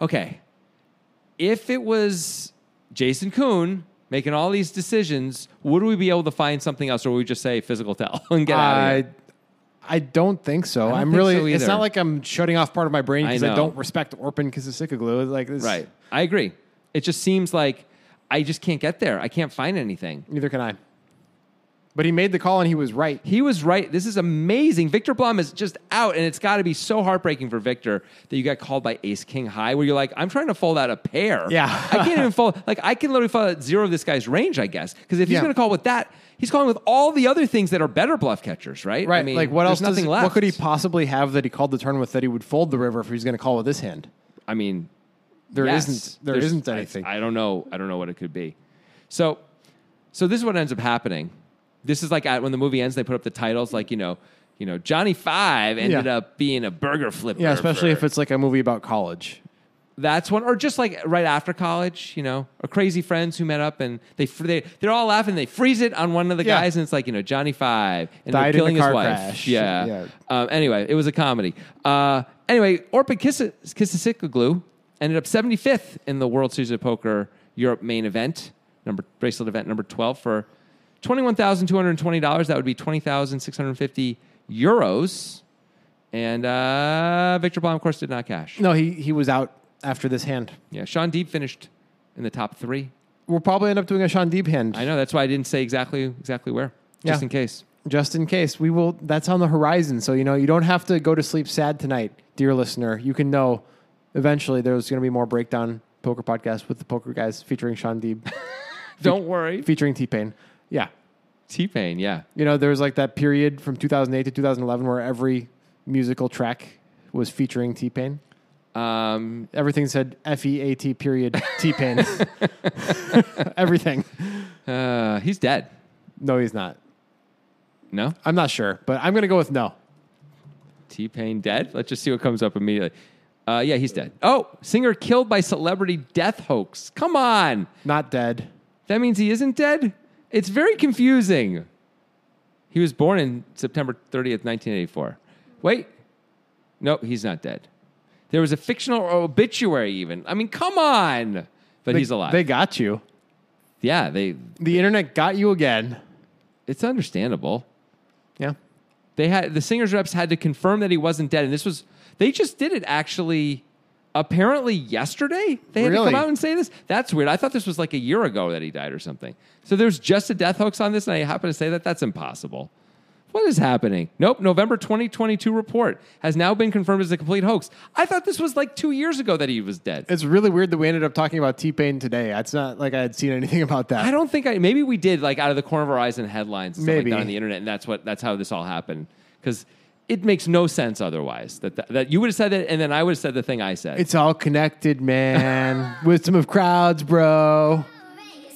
okay. If it was Jason Kuhn making all these decisions, would we be able to find something else, or would we just say physical tell and get out of
I
here?
I don't think so.
don't
I'm
think
really.
so
it's not
either.
like I'm shutting off part of my brain
I
because I,
know.
don't respect Orpin Kissisikoglu. Like this,
Right. I agree. It just seems like I just can't get there. I can't find anything.
Neither can I. But he made the call and he was right.
He was right. This is amazing. Victor Blum is just out, and it's got to be so heartbreaking for Victor that you got called by Ace King High, where you're like, I'm trying to fold out a pair.
Yeah.
I can't even fold. Like, I can literally fold out zero of this guy's range, I guess. Because if he's
Yeah.
going to call with that, he's calling with all the other things that are better bluff catchers, right?
Right.
I mean,
like what
there's
else? does-
Nothing left.
What could he possibly have that he called the turn with that he would fold the river if he's going to call with this hand?
I mean,
There
Yes.
not There
There's-
not
I-
anything.
I, don't know. I don't know what it could be. So, so this is what ends up happening. This is like at, when the movie ends, they put up the titles like you know, you know, Johnny Five ended
Yeah.
up being a burger flipper.
yeah, especially
for-
if it's like a movie about college.
that's one, or just like right after college, you know, or crazy friends who met up and they fr- they they're all laughing. They freeze it on one of the
Yeah.
guys, and it's like you know Johnny Five and
Died in a
they're killing
car
his wife.
crash.
Yeah.
Yeah.
Um, anyway, it was a comedy. Uh, anyway, Orpa Kissasikoglu ended up 75th in the World Series of Poker Europe main event, number bracelet event number 12 for $21,220. That would be 20,650 euros. And uh, Victor Blom, of course, did not cash.
No, he he was out after this hand.
Yeah, Sean Deeb finished in the top three.
We'll probably end up doing a Sean Deeb hand.
I know that's why I didn't say exactly exactly where, just
Yeah.
in case.
just in case we will that's on the horizon so you know you don't have to go to sleep sad tonight dear listener you can know eventually there's going to be more breakdown poker podcast with the poker guys featuring sean deeb
Don't worry,
featuring t-pain yeah
T Pain. Yeah,
you know there was like that period from 2008 to 2011 where every musical track was featuring t-pain
um,
everything said f-e-a-t period t-pain everything
uh, he's dead.
no he's not
No,
i'm not sure but i'm going to go with no
T Pain dead? Let's just see what comes up immediately. Uh, yeah, he's dead. Oh, singer killed by celebrity death hoax. Come on.
not dead
That means he isn't dead? It's very confusing. He was born in September 30th, 1984. Wait. No, he's not dead. There was a fictional obituary, even. I mean, come on. But
They-
he's alive.
they got you
yeah, they.
the internet got you again
it's understandable.
Yeah.
They had the singers reps had to confirm that he wasn't dead, and this was they just did it actually. Apparently yesterday they had to
Really?
come out and say this. That's weird. I thought this was like a year ago that he died or something. So there's just a death hoax on this, and I happen to say that that's impossible. What is happening? Nope. November 2022 report has now been confirmed as a complete hoax. I thought this was like two years ago that he was dead.
It's really weird that we ended up talking about T Pain today. It's not like I had seen anything about that.
I don't think I maybe we did like out of the corner of our eyes in headlines and stuff like
Maybe.
that on the internet, and that's what that's how this all happened because it makes no sense otherwise that, that that you would have said that and then I would have said the thing I said.
it's all connected, man. Wisdom of crowds, bro.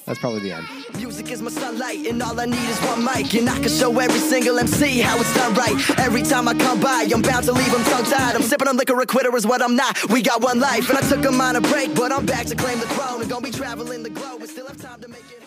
That's probably the end.
Music is my sunlight, and all I need is one mic. And I can show every single MC how it's done right. Every time I come by, I'm bound to leave them tongue tied. I'm sipping on liquor, a quitter is what I'm not. We got one life, and I took a minor break, but I'm back to claim the throne. And gonna be traveling the globe, and still have time to make it.